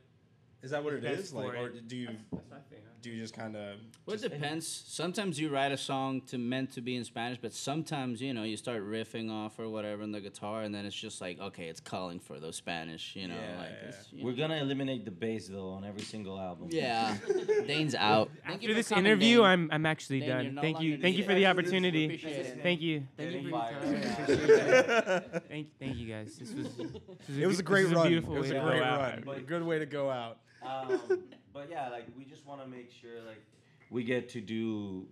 Speaker 1: is that what it
Speaker 5: best
Speaker 1: is? Like,
Speaker 5: for
Speaker 1: or
Speaker 5: it.
Speaker 1: do you
Speaker 5: That's my thing.
Speaker 1: do you just kind of?
Speaker 4: Well, it depends. Sometimes you write a song to meant to be in Spanish, but sometimes you know you start riffing off or whatever on the guitar, and then it's just like okay, it's calling for those Spanish, you know,
Speaker 1: Yeah,
Speaker 4: like
Speaker 1: yeah.
Speaker 4: It's,
Speaker 3: We're gonna eliminate the bass though on every single album.
Speaker 1: ah.
Speaker 4: yeah. Dane's out. Thank
Speaker 5: After
Speaker 4: you for
Speaker 5: this
Speaker 4: coming,
Speaker 5: interview,
Speaker 4: Dane.
Speaker 5: I'm I'm actually
Speaker 4: Dane, you're
Speaker 5: done.
Speaker 4: no
Speaker 5: Thank you,
Speaker 4: longer
Speaker 5: thank you
Speaker 4: needed.
Speaker 5: for the opportunity.
Speaker 4: Absolutely, appreciate it.
Speaker 5: Thank you,
Speaker 4: Thank you for
Speaker 3: Getting
Speaker 4: your
Speaker 3: fired.
Speaker 4: time.
Speaker 5: thank thank you guys. This was this was
Speaker 1: It was
Speaker 5: good-
Speaker 1: a great
Speaker 5: this
Speaker 1: run. It
Speaker 5: beautiful
Speaker 1: was a
Speaker 5: way to go
Speaker 1: great
Speaker 5: out.
Speaker 1: run.
Speaker 3: But-
Speaker 1: Good way to go out.
Speaker 3: um, but yeah, like we just want to make sure like we get to do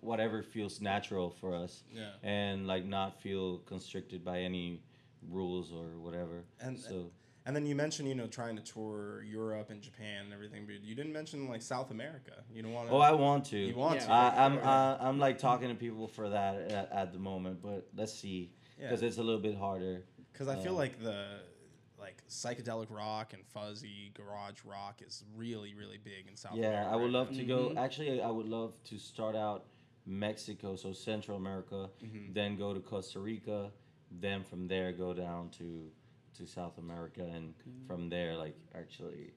Speaker 3: whatever feels natural for us.
Speaker 1: Yeah.
Speaker 3: And like not feel constricted by any rules or whatever.
Speaker 1: And-
Speaker 3: so
Speaker 1: And then you mentioned, you know, trying to tour Europe and Japan and everything, but you didn't mention like South America. You don't want to.
Speaker 3: oh, I want to.
Speaker 1: You want
Speaker 4: Yeah.
Speaker 1: to?
Speaker 3: I, I'm uh, I'm like talking to people for that at, at the moment, but let's see because
Speaker 1: Yeah.
Speaker 3: it's a little bit harder.
Speaker 1: Because I feel
Speaker 3: uh,
Speaker 1: like the like psychedelic rock and fuzzy garage rock is really, really big in South America.
Speaker 3: Yeah, I would
Speaker 1: right
Speaker 3: love
Speaker 1: now.
Speaker 3: to go. Actually, I would love to start out Mexico, so Central America,
Speaker 1: Mm-hmm. Mm.
Speaker 3: then go to Mm-hmm. Costa Rica, then from there go down to to South America, and from there like actually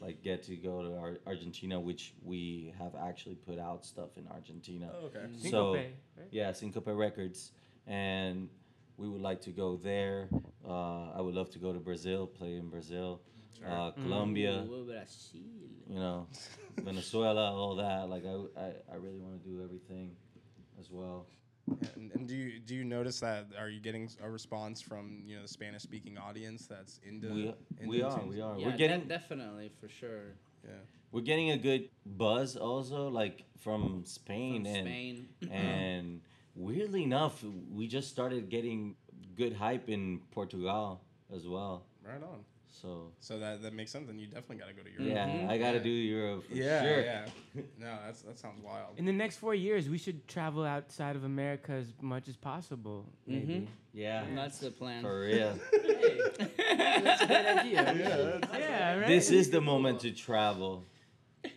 Speaker 3: like get to go to Ar- Argentina, which we have actually put out stuff in Argentina.
Speaker 1: Oh, okay.
Speaker 3: So
Speaker 5: Syncope, right?
Speaker 3: yeah, Syncope Records, and we would like to go there. Uh, I would love to go to Brazil, play in Brazil, uh, Colombia
Speaker 4: Ooh, Brazil.
Speaker 3: you know, Venezuela, all that. Like I, I, I really want to do everything as well.
Speaker 1: And, and do you do you notice that? Are you getting a response from you know the Spanish speaking audience that's into?
Speaker 3: we,
Speaker 1: into
Speaker 3: we
Speaker 1: the
Speaker 3: are
Speaker 1: tunes?
Speaker 3: we are
Speaker 4: Yeah,
Speaker 3: we're getting
Speaker 4: de- definitely for sure.
Speaker 1: Yeah.
Speaker 3: we're getting a good buzz also like from Spain
Speaker 4: From
Speaker 3: and
Speaker 4: Spain.
Speaker 3: and weirdly enough we just started getting good hype in Portugal as well
Speaker 1: Right on.
Speaker 3: so
Speaker 1: So that that makes sense. Then you definitely got to go to
Speaker 4: Mm-hmm.
Speaker 1: Europe.
Speaker 3: yeah I gotta
Speaker 1: Yeah.
Speaker 3: do Europe for
Speaker 1: Yeah.
Speaker 3: sure
Speaker 1: Yeah. No, that's that sounds wild.
Speaker 5: In the next four years, we should travel outside of America as much as possible.
Speaker 6: Mm-hmm.
Speaker 5: Maybe.
Speaker 4: Mhm.
Speaker 3: yeah
Speaker 4: That's the plan.
Speaker 3: for real
Speaker 10: Hey, that's a good idea.
Speaker 5: Yeah, right.
Speaker 3: this is the moment to travel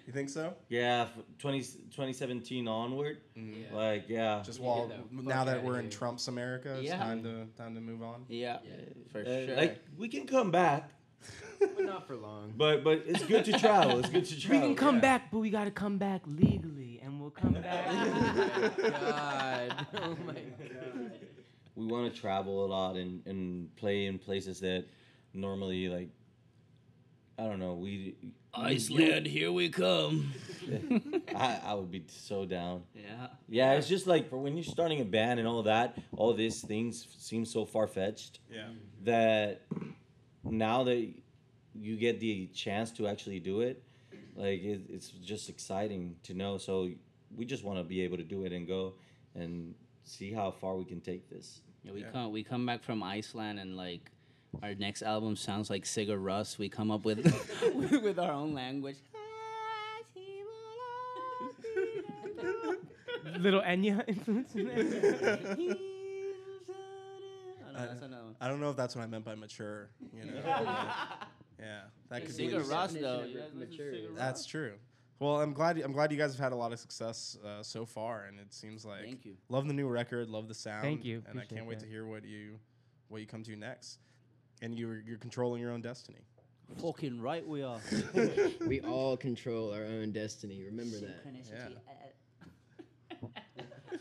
Speaker 1: You think so?
Speaker 3: yeah f- 20, 2017 onward
Speaker 5: Mm.
Speaker 1: Mhm.
Speaker 10: Yeah.
Speaker 3: like yeah
Speaker 1: Just
Speaker 10: Yeah,
Speaker 1: while
Speaker 10: get the
Speaker 1: now
Speaker 10: fuck
Speaker 1: that
Speaker 10: outta
Speaker 1: we're in
Speaker 10: here.
Speaker 1: Trump's America, it's
Speaker 4: Yeah.
Speaker 1: time to time to move on.
Speaker 4: yeah, for
Speaker 3: Uh,
Speaker 4: sure.
Speaker 3: like we can come back
Speaker 10: But not for long.
Speaker 3: but but it's good to travel it's good to
Speaker 5: we
Speaker 3: travel
Speaker 5: can come
Speaker 3: yeah.
Speaker 5: back, but we gotta come back legally, and we'll come back.
Speaker 10: God. Oh my God.
Speaker 3: we want to travel a lot and, and play in places that normally like I don't know we
Speaker 4: Iceland, here we come.
Speaker 3: I, I would be so down
Speaker 4: yeah.
Speaker 3: yeah it's just like for when you're starting a band and all that all these things seem so far-fetched
Speaker 1: Yeah.
Speaker 3: that now that you get the chance to actually do it like it, it's just exciting to know so we just want to be able to do it and go and see how far we can take this
Speaker 4: Yeah, we
Speaker 1: Yeah.
Speaker 4: come we come back from Iceland and like our next album sounds like Sigur Rós. We come up with with our own language. Oh,
Speaker 5: Little Enya influence. In there.
Speaker 4: Oh, no, that's another one.
Speaker 1: I don't know if that's what I meant by mature. You know. yeah. Yeah, That could be.
Speaker 4: Sigur Rós though.
Speaker 10: Definition of
Speaker 4: You guys listen to
Speaker 10: mature.
Speaker 4: Sigur Rós?
Speaker 1: That's true. Well, I'm glad I'm glad you guys have had a lot of success uh, so far, and it seems like
Speaker 4: Thank you.
Speaker 1: love the new record, love the sound.
Speaker 5: you,
Speaker 1: and I
Speaker 5: appreciate
Speaker 1: can't wait
Speaker 5: that.
Speaker 1: to hear what you what you come to next. And you're you're controlling your own destiny.
Speaker 4: Fucking right we are.
Speaker 6: Uh, We all control our own destiny. Remember that.
Speaker 4: Synchronicity.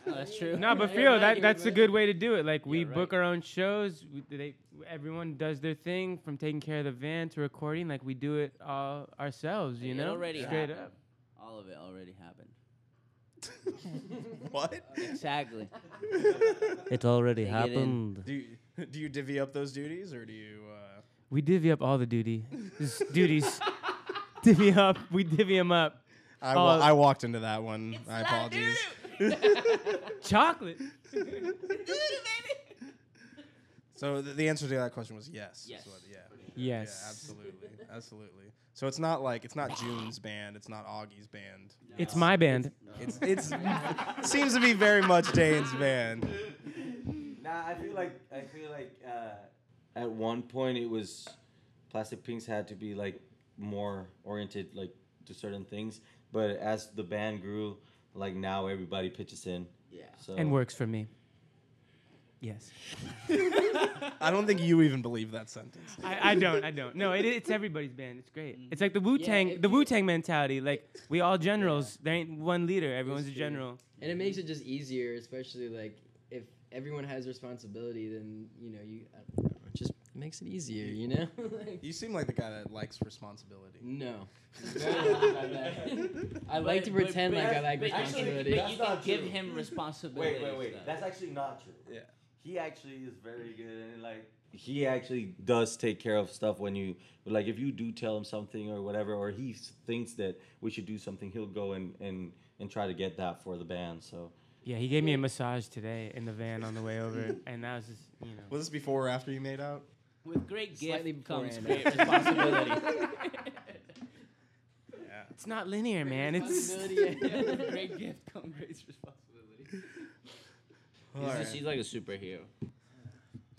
Speaker 4: No, that's true.
Speaker 5: no, but for real, that, that's a good way to do it. Like we book our own shows. We, they, everyone does their thing, from taking care of the van to recording. Like we do it all ourselves. You
Speaker 4: It
Speaker 5: know,
Speaker 4: already
Speaker 5: straight
Speaker 4: happened.
Speaker 5: up.
Speaker 4: All of it already happened.
Speaker 1: What?
Speaker 4: Exactly.
Speaker 3: it already
Speaker 4: Take it in. happened.
Speaker 1: do you, do you divvy up those duties, or do you? Uh,
Speaker 5: We divvy up all the duty Just duties. divvy up. We divvy them up.
Speaker 1: I, wa-
Speaker 5: Uh,
Speaker 1: I walked into that one. I apologize.
Speaker 5: Chocolate.
Speaker 1: So th- the answer to that question was yes. is
Speaker 4: Yes.
Speaker 1: what- yeah.
Speaker 5: Yes.
Speaker 1: Yeah, absolutely. Absolutely. So it's not like it's not June's band, it's not Augie's band.
Speaker 5: It's my band.
Speaker 1: It's it's seems to be very much Dane's band.
Speaker 3: Nah, I feel like I feel like uh, at one point it was Plastic Pinks had to be like more oriented like to certain things, but as the band grew, like now everybody pitches in.
Speaker 4: Yeah.
Speaker 3: So
Speaker 5: and works for me. Yes.
Speaker 1: I don't think you even believe that sentence.
Speaker 5: I, I don't. I don't. No, it, it's everybody's band. It's great. It's like the Wu Tang,
Speaker 4: if
Speaker 5: the
Speaker 4: you-
Speaker 5: Wu Tang mentality. Like we all generals. There ain't one leader. Everyone's a
Speaker 6: true.
Speaker 5: general.
Speaker 6: And it makes it just easier, especially like if everyone has responsibility, then you know you. I don't know, it just makes it easier, you know. Like,
Speaker 1: You seem like the guy that likes responsibility.
Speaker 6: no, Very much about that. I like to pretend like I like
Speaker 4: but actually-
Speaker 6: responsibility.
Speaker 4: But you
Speaker 3: That's
Speaker 4: can
Speaker 3: not
Speaker 4: give
Speaker 3: true.
Speaker 4: him
Speaker 3: wait,
Speaker 4: responsibility.
Speaker 3: wait, wait. That's actually not true.
Speaker 1: Yeah.
Speaker 3: He actually is very good and like he actually does take care of stuff when you like if you do tell him something or whatever or he s- thinks that we should do something he'll go and and and try to get that for the band so
Speaker 5: Yeah, he gave me a massage today in the van on the way over, and that was just you know.
Speaker 1: Was this before or after you made out?
Speaker 4: With great
Speaker 6: Slightly
Speaker 4: gift comes
Speaker 6: beforehand.
Speaker 4: great responsibility.
Speaker 5: It's not linear, man. It's
Speaker 6: Responsibility.
Speaker 4: With great gift comes great responsibility.
Speaker 1: Alright.
Speaker 4: He's like a superhero.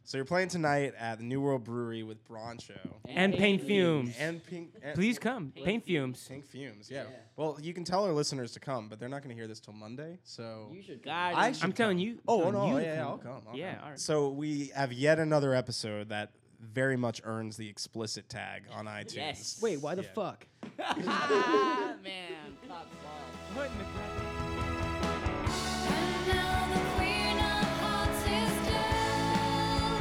Speaker 1: So you're playing tonight at the New World Brewery with Broncho
Speaker 5: and paint fumes.
Speaker 1: and Pink. And
Speaker 5: Please come. Paint fumes.
Speaker 1: Pink Fumes. Yeah.
Speaker 6: Yeah.
Speaker 1: Well, you can tell our listeners to come, but they're not going to hear this till Monday. So
Speaker 6: you should.
Speaker 4: God,
Speaker 1: I
Speaker 5: I'm
Speaker 1: should
Speaker 5: telling
Speaker 1: come.
Speaker 5: you.
Speaker 1: Oh,
Speaker 5: telling
Speaker 1: no,
Speaker 5: you to
Speaker 1: yeah, yeah,
Speaker 5: come.
Speaker 1: I'll come. I'll
Speaker 5: Yeah,
Speaker 1: come.
Speaker 5: all right.
Speaker 1: So we have yet another episode that very much earns the explicit tag on iTunes.
Speaker 4: Yes.
Speaker 6: Wait, why the
Speaker 1: Yeah.
Speaker 6: fuck?
Speaker 4: ah, man, cock ball.
Speaker 5: What in the crap?
Speaker 11: And now the queen of hearts is dead.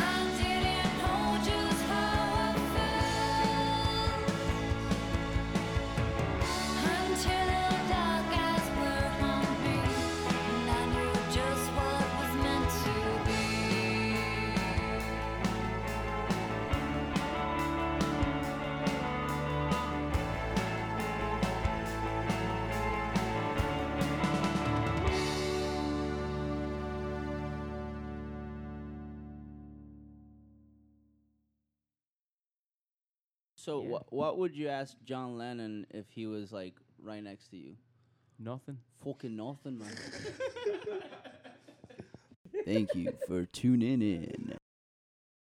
Speaker 11: I didn't know just how I felt until the dark eyes were on me.
Speaker 4: So
Speaker 5: Yeah.
Speaker 4: wha- what would you ask John Lennon if he was like right next to you?
Speaker 5: Nothing.
Speaker 4: Fucking nothing, man. Thank you for tuning in.